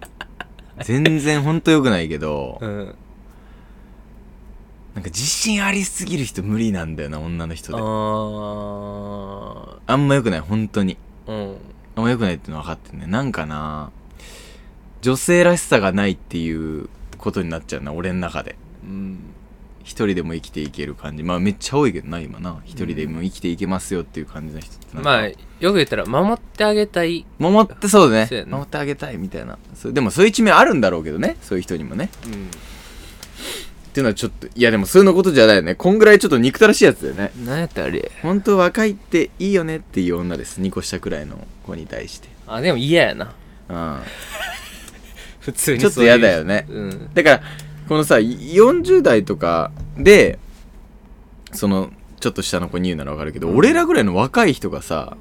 [SPEAKER 2] 全然本当良くないけど
[SPEAKER 3] うん
[SPEAKER 2] なんか自信ありすぎる人無理なんだよな女の人で
[SPEAKER 3] あ
[SPEAKER 2] あんま良くない本当に
[SPEAKER 3] ーうん
[SPEAKER 2] あんま良くないっていうのは分かってんねなんかな女性らしさがないっていうことになっちゃうな俺の中で
[SPEAKER 3] うん
[SPEAKER 2] 一人でも生きていける感じまあめっちゃ多いけどな今な一人でも生きていけますよっていう感じの人ってなんか
[SPEAKER 3] まあよく言ったら守ってあげたい
[SPEAKER 2] 守ってそうだ
[SPEAKER 3] そうや
[SPEAKER 2] ね
[SPEAKER 3] な
[SPEAKER 2] 守ってあげたいみたいなそうでもそういう一面あるんだろうけどねそういう人にもねっていうのはちょっといやでもそういうのことじゃないよねこんぐらいちょっと憎たらしいやつだよね
[SPEAKER 3] うん何やったあれ
[SPEAKER 2] 本当若いっていいよねっていう女です2個下くらいの子に対して
[SPEAKER 3] あでも嫌やな
[SPEAKER 2] うん
[SPEAKER 3] 普通に
[SPEAKER 2] ちょっと嫌だよね
[SPEAKER 3] そういううん
[SPEAKER 2] だからこのさ40代とかでそのちょっと下の子に言うならわかるけど、俺らぐらいの若い人がさ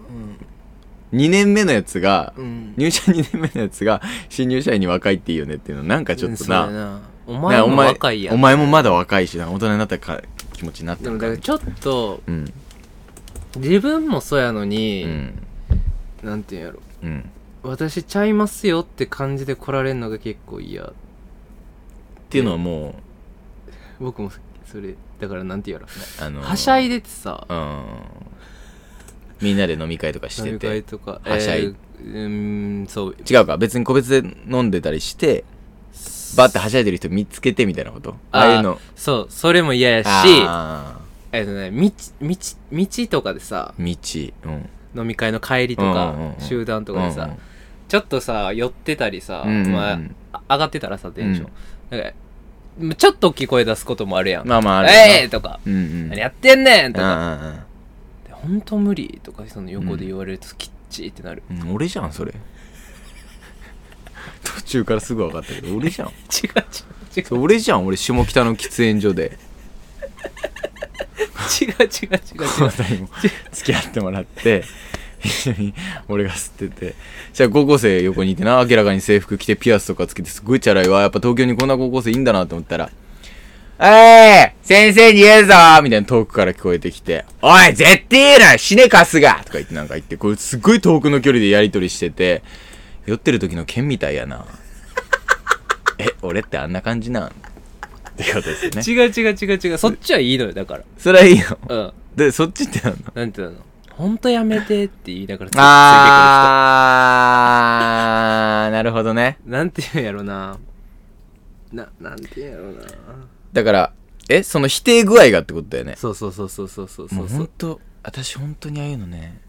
[SPEAKER 2] 2年目のやつが、
[SPEAKER 3] うん
[SPEAKER 2] 入社2年目のやつが新入社員に若いっていいよねっていうのなんかちょっとな,
[SPEAKER 3] うんそう
[SPEAKER 2] な、
[SPEAKER 3] やお前も若いやん
[SPEAKER 2] お前もまだ若いしな大人になったか気持ちになって
[SPEAKER 3] でも
[SPEAKER 2] る
[SPEAKER 3] だ
[SPEAKER 2] か
[SPEAKER 3] かららちょっと
[SPEAKER 2] うん
[SPEAKER 3] 自分もそうやの
[SPEAKER 2] う
[SPEAKER 3] に、
[SPEAKER 2] ん
[SPEAKER 3] なんていうんやろ
[SPEAKER 2] うん
[SPEAKER 3] 私ちゃいますよって感じで来られるのが結構嫌
[SPEAKER 2] っていうのはも
[SPEAKER 3] 僕もそれだからなんて言うや
[SPEAKER 2] うあの
[SPEAKER 3] ろはしゃいでてさ
[SPEAKER 2] うんみんなで飲み会とかし
[SPEAKER 3] 飲
[SPEAKER 2] て
[SPEAKER 3] み会
[SPEAKER 2] て
[SPEAKER 3] とか
[SPEAKER 2] はしゃ
[SPEAKER 3] え
[SPEAKER 2] い
[SPEAKER 3] ーうーんそう
[SPEAKER 2] 違うか別に個別で飲んでたりしてバッてはしゃいでる人見つけてみたいなことああいうの
[SPEAKER 3] そうそれも嫌やし
[SPEAKER 2] あ
[SPEAKER 3] えっとね道道道とかでさ
[SPEAKER 2] ー道うん
[SPEAKER 3] 飲み会の帰りとか、
[SPEAKER 2] うんうんうん
[SPEAKER 3] 集団とかでさ、
[SPEAKER 2] うんうん
[SPEAKER 3] ちょっとさ寄ってたりさ、
[SPEAKER 2] うんうんうん
[SPEAKER 3] まあ、あ上がってたらさテンション、なんかちょっと大きい声出すこともあるやん「
[SPEAKER 2] まあまあある
[SPEAKER 3] ええー!」とか、
[SPEAKER 2] うんうん
[SPEAKER 3] 何やってんねん!」とか
[SPEAKER 2] ああ
[SPEAKER 3] 「でほんと無理」とかその横で言われるときっちーってなる、
[SPEAKER 2] うん俺じゃ んそれ途中からすぐ分かったけど俺じゃん
[SPEAKER 3] 違う違う違う
[SPEAKER 2] そう俺じゃん俺下北の喫煙所で
[SPEAKER 3] 違う違う違う違う
[SPEAKER 2] 2人も付き合ってもらって一緒に俺が吸っててじゃあ高校生横にいてな明らかに制服着てピアスとかつけてすごいチャラいわやっぱ東京にこんな高校生いいんだなと思ったら「えい先生に言えぞ!」みたいな遠くから聞こえてきて「おい絶対言うな死ねかすが!」とか言ってなんか言ってこれすごい遠くの距離でやり取りしてて酔ってる時の剣みたいやなえ俺ってあんな感じなんっていうことですよね
[SPEAKER 3] 違う違う違う違うそっちはいいのよだから
[SPEAKER 2] それはいいよ
[SPEAKER 3] うん
[SPEAKER 2] でそっちってなんだ
[SPEAKER 3] なんていうのほんとやめてって言いながらつついてくる人
[SPEAKER 2] あ ー、なるほどね。
[SPEAKER 3] なんていうんやろなななんていうんやろな
[SPEAKER 2] だから、え、その否定具合がってことだよね。
[SPEAKER 3] そうそうそうそうそうそうそ
[SPEAKER 2] も
[SPEAKER 3] う
[SPEAKER 2] う
[SPEAKER 3] そ
[SPEAKER 2] ほん
[SPEAKER 3] う
[SPEAKER 2] と、私ほんとにああいうのね、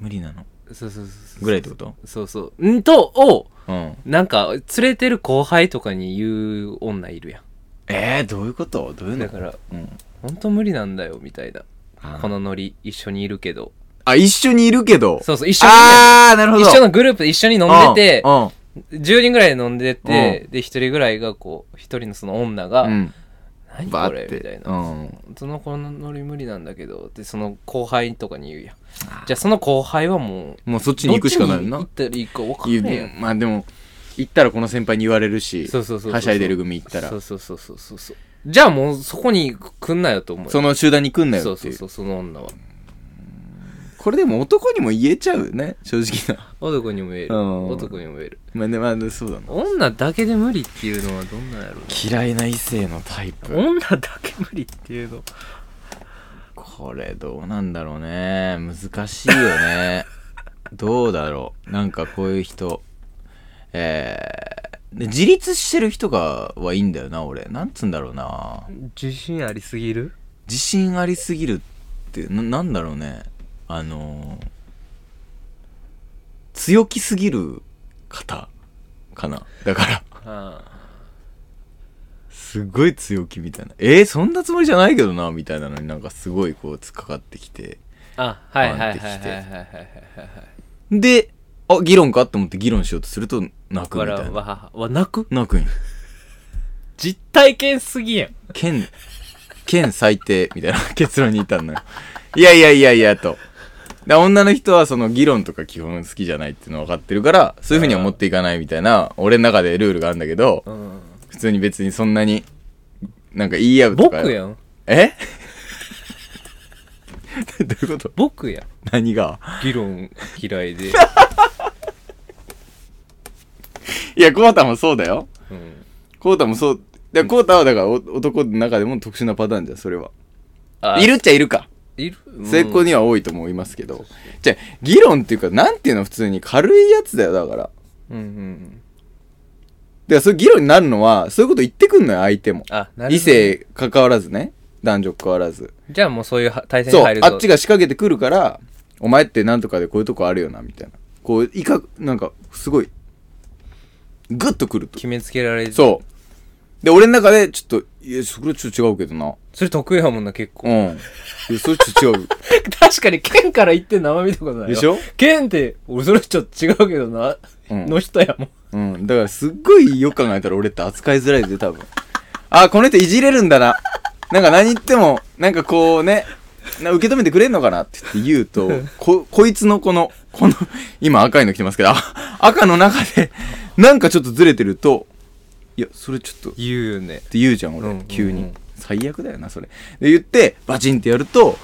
[SPEAKER 2] 無理なの。
[SPEAKER 3] そうそうそう
[SPEAKER 2] ぐらいってこと
[SPEAKER 3] そうそうんとを
[SPEAKER 2] うん。
[SPEAKER 3] なんか連れてる後輩とかに言う女いるや
[SPEAKER 2] えー、どういうことどういうん
[SPEAKER 3] だ
[SPEAKER 2] の
[SPEAKER 3] から
[SPEAKER 2] うん。
[SPEAKER 3] ほんと無理なんだよみたいな
[SPEAKER 2] あ
[SPEAKER 3] このノリ一緒にいるけど
[SPEAKER 2] あ、一緒にいるけど。
[SPEAKER 3] そうそう一緒に
[SPEAKER 2] あー、なるほど。
[SPEAKER 3] 一緒のグループで一緒に飲んでて
[SPEAKER 2] うん。うん
[SPEAKER 3] 10人ぐらいで飲んでてで1人ぐらいがこう1人のその女が
[SPEAKER 2] うん。
[SPEAKER 3] 「何
[SPEAKER 2] バ
[SPEAKER 3] こ
[SPEAKER 2] ー
[SPEAKER 3] れ
[SPEAKER 2] っ」て。
[SPEAKER 3] みたいな
[SPEAKER 2] うん。
[SPEAKER 3] その子のノリ無理なんだけどってその後輩とかに言うやんじゃあその後輩はもう
[SPEAKER 2] もうそっちに行くしかないよ
[SPEAKER 3] どっ
[SPEAKER 2] な。
[SPEAKER 3] ちに行ったらいいか分かん
[SPEAKER 2] 言
[SPEAKER 3] ないうやん
[SPEAKER 2] まあでも、行ったらこの先輩に言われるし、
[SPEAKER 3] そうそうそうそう
[SPEAKER 2] はしゃいでる組行ったら
[SPEAKER 3] そ、うそうそうそうそうそうじゃあもうそこに来んなよと思うよ
[SPEAKER 2] その集団に来んなよって
[SPEAKER 3] そ
[SPEAKER 2] いう
[SPEAKER 3] う。そうそうその女は
[SPEAKER 2] これでも男にも言えちゃうね正直な
[SPEAKER 3] 男にも言え
[SPEAKER 2] う
[SPEAKER 3] る
[SPEAKER 2] ん
[SPEAKER 3] 男にも言える
[SPEAKER 2] まあねまあそうだな
[SPEAKER 3] 女だけで無理っていうのはどんなんやろう
[SPEAKER 2] 嫌いな異性のタイプ
[SPEAKER 3] 女だけ無理っていうの
[SPEAKER 2] これどうなんだろうね難しいよ ねどうだろうなんかこういう人えー、で自立してる人がはいいんだよな俺なんつうんだろうな
[SPEAKER 3] 自信ありすぎる
[SPEAKER 2] 自信ありすぎるってななんだろうねあのー強気すぎる方かなだから
[SPEAKER 3] あ
[SPEAKER 2] すごい強気みたいな。えー、そんなつもりじゃないけどな、みたいなのになんかすごいこう、突っかかってきて。
[SPEAKER 3] あはいはいはいはい
[SPEAKER 2] 回
[SPEAKER 3] は
[SPEAKER 2] っ
[SPEAKER 3] い
[SPEAKER 2] てきて
[SPEAKER 3] はいはい
[SPEAKER 2] で、あ、議論かと思って議論しようとすると、泣くみ
[SPEAKER 3] 笑
[SPEAKER 2] たいうな。
[SPEAKER 3] わわ泣く
[SPEAKER 2] 泣くんよ。
[SPEAKER 3] 実体験すぎやん
[SPEAKER 2] 県、県最低、みたいな結論に至るのよ。いやいやいやいや、と。だ女の人はその議論とか基本好きじゃないっていうの分かってるから、そういうふうには持っていかないみたいな、俺の中でルールがあるんだけど、
[SPEAKER 3] うん
[SPEAKER 2] 普通に別にそんなに、なんか言い合うと
[SPEAKER 3] 僕
[SPEAKER 2] か。
[SPEAKER 3] やん
[SPEAKER 2] え どういうこと
[SPEAKER 3] 僕やん
[SPEAKER 2] 何が
[SPEAKER 3] 議論嫌いで、
[SPEAKER 2] いや、コータもそうだよ。
[SPEAKER 3] うん、
[SPEAKER 2] コータもそう。で、コータはだからお男の中でも特殊なパターンじゃん、それは。
[SPEAKER 3] あ
[SPEAKER 2] いるっちゃいるか。
[SPEAKER 3] いる
[SPEAKER 2] 成功には多いと思いますけど。じゃあ議論っていうか、なんていうの普通に軽いやつだよ、だから。だか
[SPEAKER 3] うんうんうん
[SPEAKER 2] らそういう議論になるのは、そういうこと言ってくんのよ、相手も。
[SPEAKER 3] あなるほど
[SPEAKER 2] 異性関わらずね。男女関わらず。
[SPEAKER 3] じゃあもうそういうは対戦に
[SPEAKER 2] そ
[SPEAKER 3] 入
[SPEAKER 2] う
[SPEAKER 3] る、
[SPEAKER 2] あっちが仕掛けてくるから、お前ってなんとかでこういうとこあるよな、みたいな。こう、いか、なんか、すごい、グッとくると。
[SPEAKER 3] 決めつけられて
[SPEAKER 2] そう。で、俺の中で、ちょっと、いや、それちょっと違うけどな。
[SPEAKER 3] それ得意やもんな結
[SPEAKER 2] う
[SPEAKER 3] 構
[SPEAKER 2] ん。いやそれちょっと違う。
[SPEAKER 3] 確かに剣から言って生見たことな
[SPEAKER 2] でしょ
[SPEAKER 3] 剣って俺それちょっと違うけどな、
[SPEAKER 2] うん
[SPEAKER 3] 人やもん
[SPEAKER 2] うん。だからすっごいよく考えたら俺って扱いづらいで、多分。あ、この人いじれるんだな。なんか何言っても、なんかこうね、な受け止めてくれんのかなって言って言うと、こ、こいつのこの、この、今赤いの着てますけど、あ赤の中で、なんかちょっとずれてると、いや、それちょっと、
[SPEAKER 3] 言うよね
[SPEAKER 2] って言うじゃん俺、
[SPEAKER 3] うん
[SPEAKER 2] 急に、
[SPEAKER 3] うんうん
[SPEAKER 2] 最悪だよなそれで言ってバチンってやると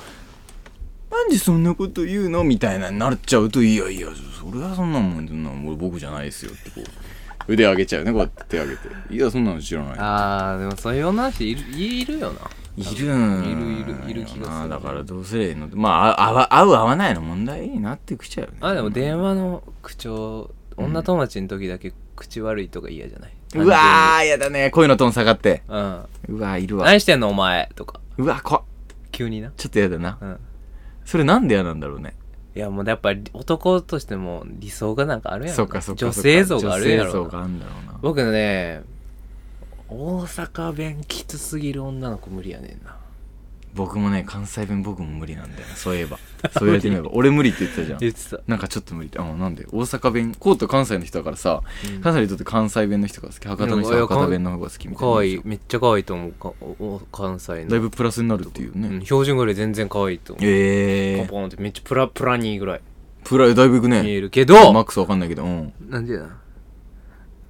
[SPEAKER 2] なんでそんなこと言うのみたいなになっちゃうと、いやいや、そそれはそんなもん、そんなもん俺僕じゃないですよってこう、腕上げちゃうね、こうやって手上げて。いや、そんなの知らない。
[SPEAKER 3] あー、でもそういう女の人いる、いるよな。
[SPEAKER 2] いるん
[SPEAKER 3] いるいるいる気がする
[SPEAKER 2] なだからどうすりゃいいのまあ、あ合わ合う合わないの問題になってきちゃうよね。
[SPEAKER 3] あ、でも電話の口調、女友達の時だけ口悪いとか嫌じゃないう
[SPEAKER 2] わー、やだね。声のトーン下がって。
[SPEAKER 3] 単純にうん。
[SPEAKER 2] うわー、いるわ。
[SPEAKER 3] 何してんのお前とか。
[SPEAKER 2] うわ、こ
[SPEAKER 3] 急にな。
[SPEAKER 2] ちょっとやだな
[SPEAKER 3] う。ん。
[SPEAKER 2] それなんで嫌なんだろうね。
[SPEAKER 3] いや、もうやっぱり男としても理想がなんかあるやん。
[SPEAKER 2] そっかそっかそっ
[SPEAKER 3] 女
[SPEAKER 2] か。
[SPEAKER 3] 性像があるや
[SPEAKER 2] 女性像
[SPEAKER 3] ろ
[SPEAKER 2] が
[SPEAKER 3] な。
[SPEAKER 2] あるんだろうな。
[SPEAKER 3] 僕ね、大阪弁きつすぎる女の子無理やねんな。
[SPEAKER 2] 僕もね、関西弁僕も無理なんだよな。そういえば。そう言われてみれば。俺無理って言ってたじゃん。
[SPEAKER 3] 言ってた。
[SPEAKER 2] なんかちょっと無理って。あ、なんで大阪弁、コート関西の人だからさ、関西にとって関西弁の人が好き。博多の人
[SPEAKER 3] いや
[SPEAKER 2] は博多弁の方が好きみたいな。
[SPEAKER 3] 可愛い。めっちゃ可愛いと思う。かおお関西
[SPEAKER 2] だい
[SPEAKER 3] の。
[SPEAKER 2] ぶプラスになるっていうね。
[SPEAKER 3] うん、標準語より全然可愛いと思う。
[SPEAKER 2] ええ
[SPEAKER 3] ポ
[SPEAKER 2] ー。
[SPEAKER 3] ポンってめっちゃプラプラにぐらい
[SPEAKER 2] プライだいぶいく
[SPEAKER 3] 見え
[SPEAKER 2] ね。
[SPEAKER 3] るけ
[SPEAKER 2] マッ
[SPEAKER 3] ど、
[SPEAKER 2] クスわかんないけど、うん。
[SPEAKER 3] なんでやな。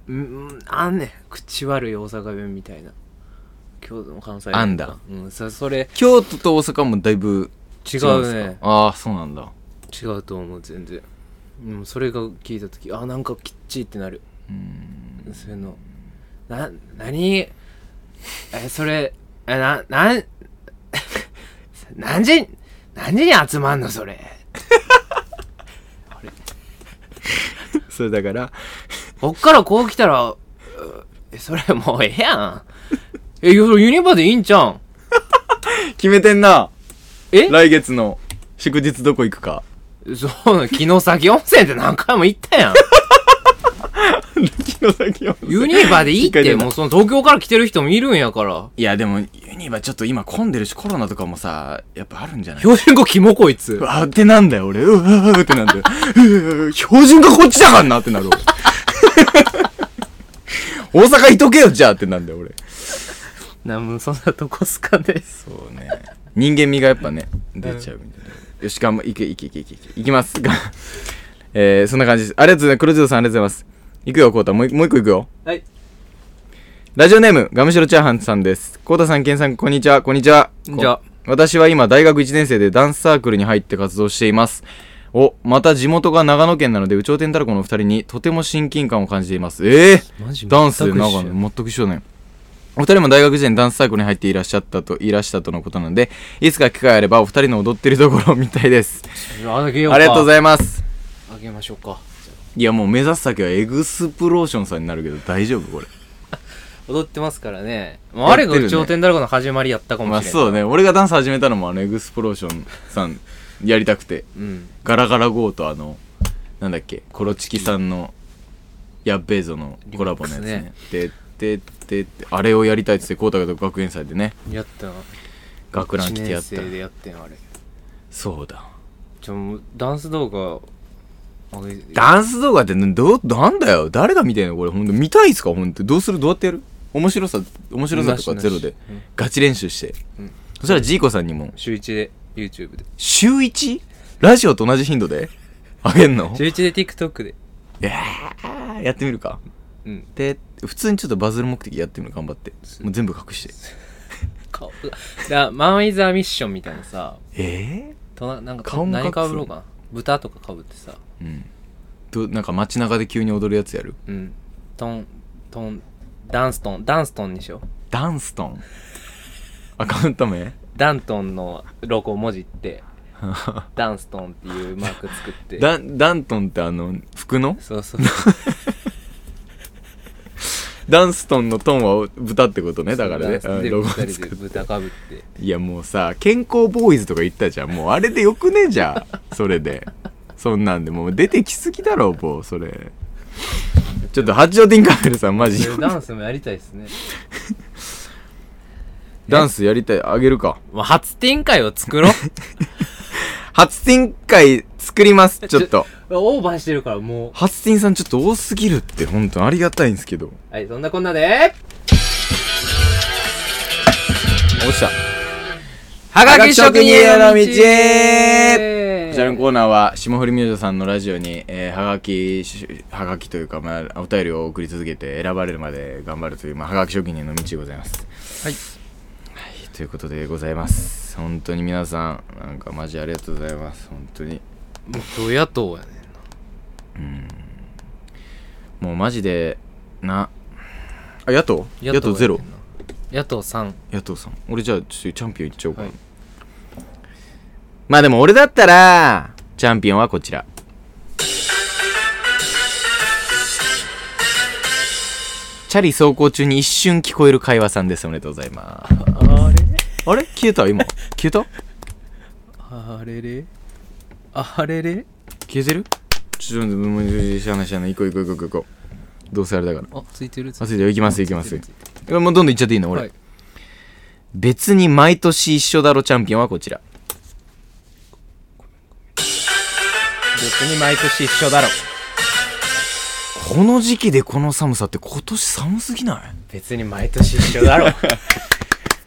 [SPEAKER 3] うん、あんねん。口悪い大阪弁みたいな。京都の関西弁とか
[SPEAKER 2] あんだ。
[SPEAKER 3] うん、そそれ、
[SPEAKER 2] 京都と大阪もだいぶ
[SPEAKER 3] 違
[SPEAKER 2] 違うんで
[SPEAKER 3] う
[SPEAKER 2] すか
[SPEAKER 3] ね。
[SPEAKER 2] ああ、そうなんだ。
[SPEAKER 3] 違うと思う全然うんそれが聞いた時あなんかきっちいってなる
[SPEAKER 2] うん。
[SPEAKER 3] そういうのな何えそれえななん 何時何時に集まんのそれ
[SPEAKER 2] それだから、
[SPEAKER 3] こっからこう来たらうえそれもうええやんえいやユニバでいいんちゃうん
[SPEAKER 2] 決めてんな。
[SPEAKER 3] え
[SPEAKER 2] 来月の祝日どこ行くか。
[SPEAKER 3] そうな城崎温泉って何回も行ったやん
[SPEAKER 2] 木の先を。
[SPEAKER 3] ユニバでいいっ
[SPEAKER 2] 一回
[SPEAKER 3] て
[SPEAKER 2] 出た
[SPEAKER 3] もうその東京から来てる人もいるんやから
[SPEAKER 2] いや、でも、ユニバちょっと今混んでるし、コロナとかもさ、やっぱあるんじゃない
[SPEAKER 3] 標準語キモこいつ
[SPEAKER 2] うわーってなんだよ、俺。うわーってなんだよ。うわー標準がこっちだからなってなる。俺大阪いとけよ、じゃあってなんだよ、俺。
[SPEAKER 3] なんもそんなとこすかね
[SPEAKER 2] そうね。人間味がやっぱね、出ちゃうみたいな。よし、頑張、いけ、いけ、いけ、いけ、いけ。いきます。がえー、そんな感じです。ありがとうございます。黒字さん、ありがとうございます。いくよ、コウタ。もうもう一個いくよ。
[SPEAKER 3] はい。
[SPEAKER 2] ラジオネーム、ガムシロチャーハンさんです。コウタさん、ケンさん、こんにちは。こんにちは。
[SPEAKER 3] こんにちは
[SPEAKER 2] こ。私は今、大学1年生でダンスサークルに入って活動しています。お、また地元が長野県なので、有頂天太郎のお二人にとても親近感を感じています。ええー、
[SPEAKER 3] マジ
[SPEAKER 2] ダンスで長野全く一緒だねお二人も大学時代にダンスサークルに入っていらっしゃったといらしたとのことなのでいつか機会あればお二人の踊ってるところを見たいです
[SPEAKER 3] あげようか
[SPEAKER 2] ありがとうご
[SPEAKER 3] い
[SPEAKER 2] ざいます
[SPEAKER 3] ますあげましょうか
[SPEAKER 2] いやもう目指す先はエグスプローションさんになるけど大丈夫これ
[SPEAKER 3] 踊ってますからね、ま
[SPEAKER 2] や
[SPEAKER 3] あ、
[SPEAKER 2] っ
[SPEAKER 3] あ
[SPEAKER 2] て
[SPEAKER 3] れ
[SPEAKER 2] る
[SPEAKER 3] が「
[SPEAKER 2] ね
[SPEAKER 3] 頂点だらこ」の始まりやったかもし
[SPEAKER 2] ま
[SPEAKER 3] れ
[SPEAKER 2] あ
[SPEAKER 3] ない、
[SPEAKER 2] そうね俺がダンス始めたのもあのエグスプローションさんやりたくて
[SPEAKER 3] うん
[SPEAKER 2] ガラガラ GO とあのなんだっけコロチキさんのやっべえぞのコラボのやつ
[SPEAKER 3] リミ
[SPEAKER 2] ねでででであれをやりたいっつってコウタが学園祭でね
[SPEAKER 3] やったな
[SPEAKER 2] 学ラン来てやっ
[SPEAKER 3] 一
[SPEAKER 2] た
[SPEAKER 3] 年生でやってんあれ
[SPEAKER 2] そうだ
[SPEAKER 3] ちょもうダンス動画あげ
[SPEAKER 2] ダンス動画ってなどう、なんだよ誰が見てんのこれ、ほんと見たいっすかほんと。どうするどうやってやる面白さ、面白さとかゼロ
[SPEAKER 3] なしな
[SPEAKER 2] で
[SPEAKER 3] しうん。
[SPEAKER 2] ガチ練習して。
[SPEAKER 3] うん
[SPEAKER 2] そしたらジーコさんにも、
[SPEAKER 3] 週一で YouTube で
[SPEAKER 2] 週 1? ラジオと同じ頻度であげんの
[SPEAKER 3] 週一で TikTok で
[SPEAKER 2] いやーやってみるか。
[SPEAKER 3] うん
[SPEAKER 2] で、普通にちょっとバズる目的やってみる頑張って。もう全部隠して。
[SPEAKER 3] 顔がだマン・イズ・ア・ミッションみたいなさ
[SPEAKER 2] え
[SPEAKER 3] とななんか
[SPEAKER 2] 顔も隠す
[SPEAKER 3] 何かぶろうかな豚とかかぶってさ
[SPEAKER 2] ー、うん。ど、なんか街中で急に踊るやつやる
[SPEAKER 3] うんトントンダンストンダンストンにしよう
[SPEAKER 2] ダンストン。アカウント名
[SPEAKER 3] ダントンのロゴを文字 ってダンストンっていうマーク作って
[SPEAKER 2] ダン、ダントンってあの、服の
[SPEAKER 3] そうそうそ
[SPEAKER 2] ダンストンのトンは豚ってことね
[SPEAKER 3] う
[SPEAKER 2] だからね
[SPEAKER 3] ダンス
[SPEAKER 2] う
[SPEAKER 3] で
[SPEAKER 2] んロゴ
[SPEAKER 3] 二人
[SPEAKER 2] 作
[SPEAKER 3] で
[SPEAKER 2] る
[SPEAKER 3] 豚かぶって
[SPEAKER 2] いやもうさ健康ボーイズとか言ったじゃんもうあれでよくねえじゃん それでそんなんでもう出てきすぎだろもうそれちょっと八丁ンカメルさんマジ
[SPEAKER 3] そういうダンスもやりたいですね
[SPEAKER 2] ダンスやりたいあげるか
[SPEAKER 3] まあ初展開を作 ろう
[SPEAKER 2] 初展開作りますちょっと
[SPEAKER 3] オーバーしてるからも
[SPEAKER 2] 初展さんちょっと多すぎるって本当ありがたいんですけど
[SPEAKER 3] うはいそんなこんなで
[SPEAKER 2] 落ちた
[SPEAKER 3] は
[SPEAKER 2] がき職人への道
[SPEAKER 3] こ
[SPEAKER 2] こちらのコーナーは霜降り明星さんのラジオに、えー、はがきしはがきというか、まあ、お便りを送り続けて選ばれるまで頑張るという、まあ、はがき職人の道でございますはい、はい、ということでございます本当に皆さんなんかマジありがとうございます本当に
[SPEAKER 3] もうど野党やねんな
[SPEAKER 2] もうマジでなあ野党野党
[SPEAKER 3] やねんな
[SPEAKER 2] ゼロ
[SPEAKER 3] 野党3
[SPEAKER 2] 野党さん俺じゃあちょっとチャンピオンいっちゃおうかな、
[SPEAKER 3] はい
[SPEAKER 2] まあでも俺だったらチャンピオンはこちらチャリ走行中に一瞬聞こえる会話さんですおめでとうございます
[SPEAKER 3] あれ
[SPEAKER 2] あれ消えた今 消えた
[SPEAKER 3] あれれあれれ
[SPEAKER 2] 消えてるちょっともうしゃあないしゃあない行こう行こう行こう行こうどうせあれだから
[SPEAKER 3] あついてるつ
[SPEAKER 2] あついてる行きます行きま
[SPEAKER 3] つい
[SPEAKER 2] す
[SPEAKER 3] てる
[SPEAKER 2] も
[SPEAKER 3] ついてる
[SPEAKER 2] うどんどん行っちゃっていいの俺、
[SPEAKER 3] はい
[SPEAKER 2] 別に毎年一緒だろチャンピオンはこちら
[SPEAKER 4] 別に毎年一緒だろ
[SPEAKER 2] この時期でこの寒さって今年寒すぎない
[SPEAKER 4] 別に毎年一緒だろ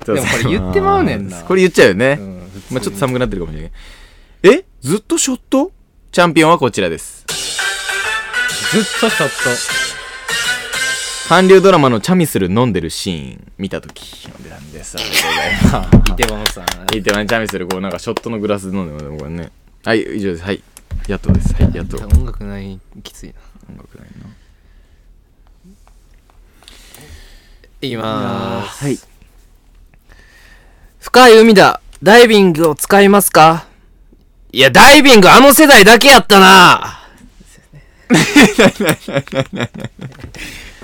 [SPEAKER 2] で
[SPEAKER 4] もこれ言ってまうねんな
[SPEAKER 2] これ言っちゃうよね。
[SPEAKER 4] ん
[SPEAKER 2] まあちょっと寒くなってるかもしれないけど。えずっとショットチャンピオンはこちらです。
[SPEAKER 3] ずっとショッ
[SPEAKER 2] 韓流ドラマのチャミスル飲んでるシーン見たとき。飲んでたんです。ありがとうございます。
[SPEAKER 3] トイテウォンさん
[SPEAKER 2] いいってね、チャミスル、こうなんかショットのグラスで飲んでるこれね。はい、以上です。はい。やっとです。はい、やっと。音
[SPEAKER 3] 音楽ないきついな
[SPEAKER 2] 楽ないな。
[SPEAKER 3] いきまーす
[SPEAKER 2] はい。
[SPEAKER 4] 深い海だダイビングを使いますかいやダイビングあの世代だけやったな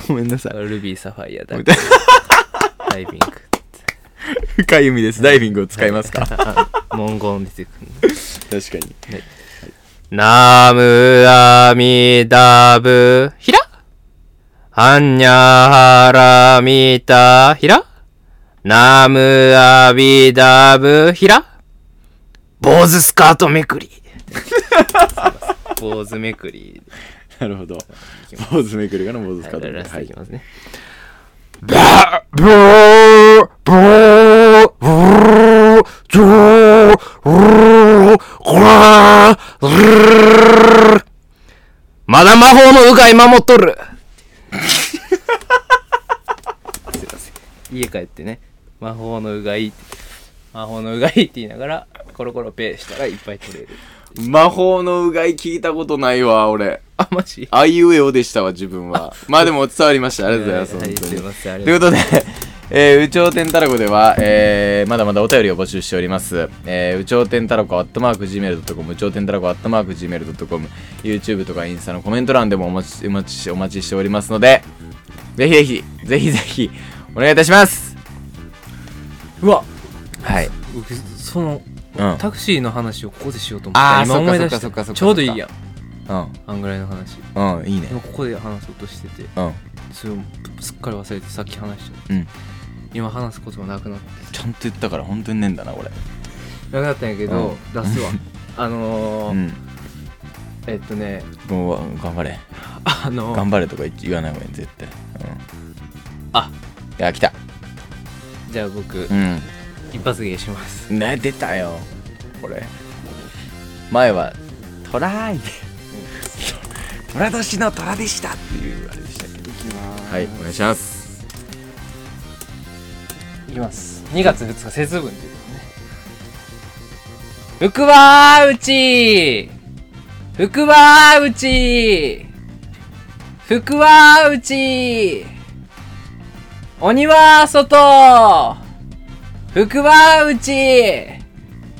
[SPEAKER 2] ごめんなさい。
[SPEAKER 3] ルビーサファイアだ ダイビング
[SPEAKER 2] 深い海です。ダイビングを使いますか
[SPEAKER 3] 文言出てくる
[SPEAKER 2] 確かに。
[SPEAKER 3] ナムアミダブヒラアンニャハラミタヒラナムアビダブヒラ
[SPEAKER 4] 坊主スカートめくり
[SPEAKER 3] 坊主めくり
[SPEAKER 2] なるほど。坊主めくるかな、坊主
[SPEAKER 3] で
[SPEAKER 2] かと。
[SPEAKER 3] らせ
[SPEAKER 2] は
[SPEAKER 3] てい
[SPEAKER 2] い
[SPEAKER 3] き。ますね、
[SPEAKER 4] ブーブーブージョーブーこらーまだ魔法のうがい守っとる
[SPEAKER 3] 家帰ってね魔法のうがい魔法のうがいって言いながらコロコロペーしたらいっぱい取れる
[SPEAKER 2] 魔法のうがい聞いたことないわ、俺。
[SPEAKER 3] あマジ
[SPEAKER 2] あいうえおでしたわ、自分は。まあでも伝わりました。ありがとう
[SPEAKER 3] は
[SPEAKER 2] ございます。
[SPEAKER 3] い
[SPEAKER 2] 本当
[SPEAKER 3] すい
[SPEAKER 2] に。
[SPEAKER 3] ませんあり
[SPEAKER 2] とい
[SPEAKER 3] が
[SPEAKER 2] うことで、えー、宇宙天たらこでは、えー、まだまだお便りを募集しております。えー、宇宙天たらこ、アットマーク、gmail.com、宇宙天たらこ、アットマーク、gmail.com、YouTube とかインスタのコメント欄でもお待ち、お待ち、お待ちしておりますので、ぜひぜひ、ぜひぜひ、お願いいたします。
[SPEAKER 3] うわ
[SPEAKER 2] はい。
[SPEAKER 3] その
[SPEAKER 2] うん。
[SPEAKER 3] タクシーの話をここでしようと思った
[SPEAKER 2] あー
[SPEAKER 3] 今
[SPEAKER 2] そっか
[SPEAKER 3] 思い出した
[SPEAKER 2] そっかそっかそっか
[SPEAKER 3] ちょうどいいやん
[SPEAKER 2] う
[SPEAKER 3] あんぐらいの話
[SPEAKER 2] ん。うん、いいね
[SPEAKER 3] 今。ここで話そうとしてて
[SPEAKER 2] うん。
[SPEAKER 3] それをすっかり忘れてさっき話しちゃった、
[SPEAKER 2] うん
[SPEAKER 3] 今話すこともなくなって
[SPEAKER 2] ちゃんと言ったから、本当にねえんだな、俺。
[SPEAKER 3] なくなったんやけど、出 すわあの
[SPEAKER 2] う
[SPEAKER 3] ー
[SPEAKER 2] ん。
[SPEAKER 3] えっとね
[SPEAKER 2] もう頑張れ
[SPEAKER 3] あのー
[SPEAKER 2] 頑張れとか言わない方がいい絶対、うん、
[SPEAKER 3] あ
[SPEAKER 2] いや来た
[SPEAKER 3] じゃあ僕、
[SPEAKER 2] うん
[SPEAKER 3] 一発芸し ます
[SPEAKER 2] ね出たよこれ前はトライで虎年の虎でしたっていうあれでしたけどはいお願いします
[SPEAKER 3] いきます2月2日節分っていうことね福は内福は内福は内鬼は外福は内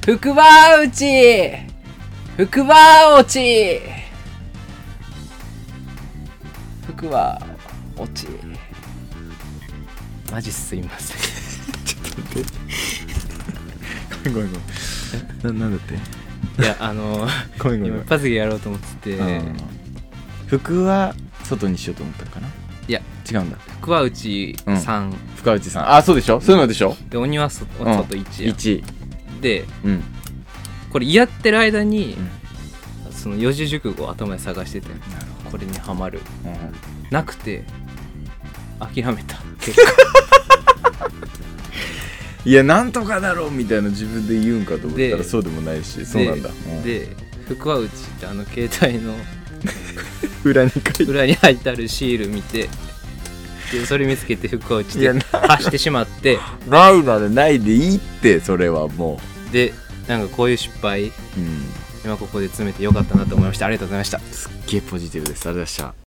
[SPEAKER 3] 福は内福は落ち福は落ちマジすいません
[SPEAKER 2] ごめんごめんななんだっ
[SPEAKER 3] い
[SPEAKER 2] て
[SPEAKER 3] やあのー、
[SPEAKER 2] ごめん
[SPEAKER 3] 今一発芸やろうと思ってて、
[SPEAKER 2] うん服は外にしようと思ったのかない
[SPEAKER 3] や
[SPEAKER 2] 違うんだ
[SPEAKER 3] 福は内
[SPEAKER 2] うん
[SPEAKER 3] 3、
[SPEAKER 2] 深内さんあそうでしょそういうのでしょ
[SPEAKER 3] で鬼は外
[SPEAKER 2] うん
[SPEAKER 3] 外1や、
[SPEAKER 2] 1
[SPEAKER 3] で
[SPEAKER 2] うん
[SPEAKER 3] これやってる間に
[SPEAKER 2] うん、
[SPEAKER 3] その四字熟語を頭で探しててこれにはまるなくて諦めた結
[SPEAKER 2] いやなんとかだろうみたいな自分で言うんかと思ったら
[SPEAKER 3] で
[SPEAKER 2] そうでもないし
[SPEAKER 3] 果
[SPEAKER 2] そう
[SPEAKER 3] で
[SPEAKER 2] なんだ、うん
[SPEAKER 3] で福は内ってあの携帯の
[SPEAKER 2] 裏に書いて
[SPEAKER 3] 裏に入ってあるシール見てってそれ見つけて服を落ち
[SPEAKER 2] い
[SPEAKER 3] て
[SPEAKER 2] やな
[SPEAKER 3] 走ってしまって
[SPEAKER 2] ないならないでいいってそれはも
[SPEAKER 3] でなんかこういう失敗
[SPEAKER 2] ううん
[SPEAKER 3] 今ここで詰めてよかったなと思いましたありがとうございました
[SPEAKER 2] すっげえポジティブですありがとうございました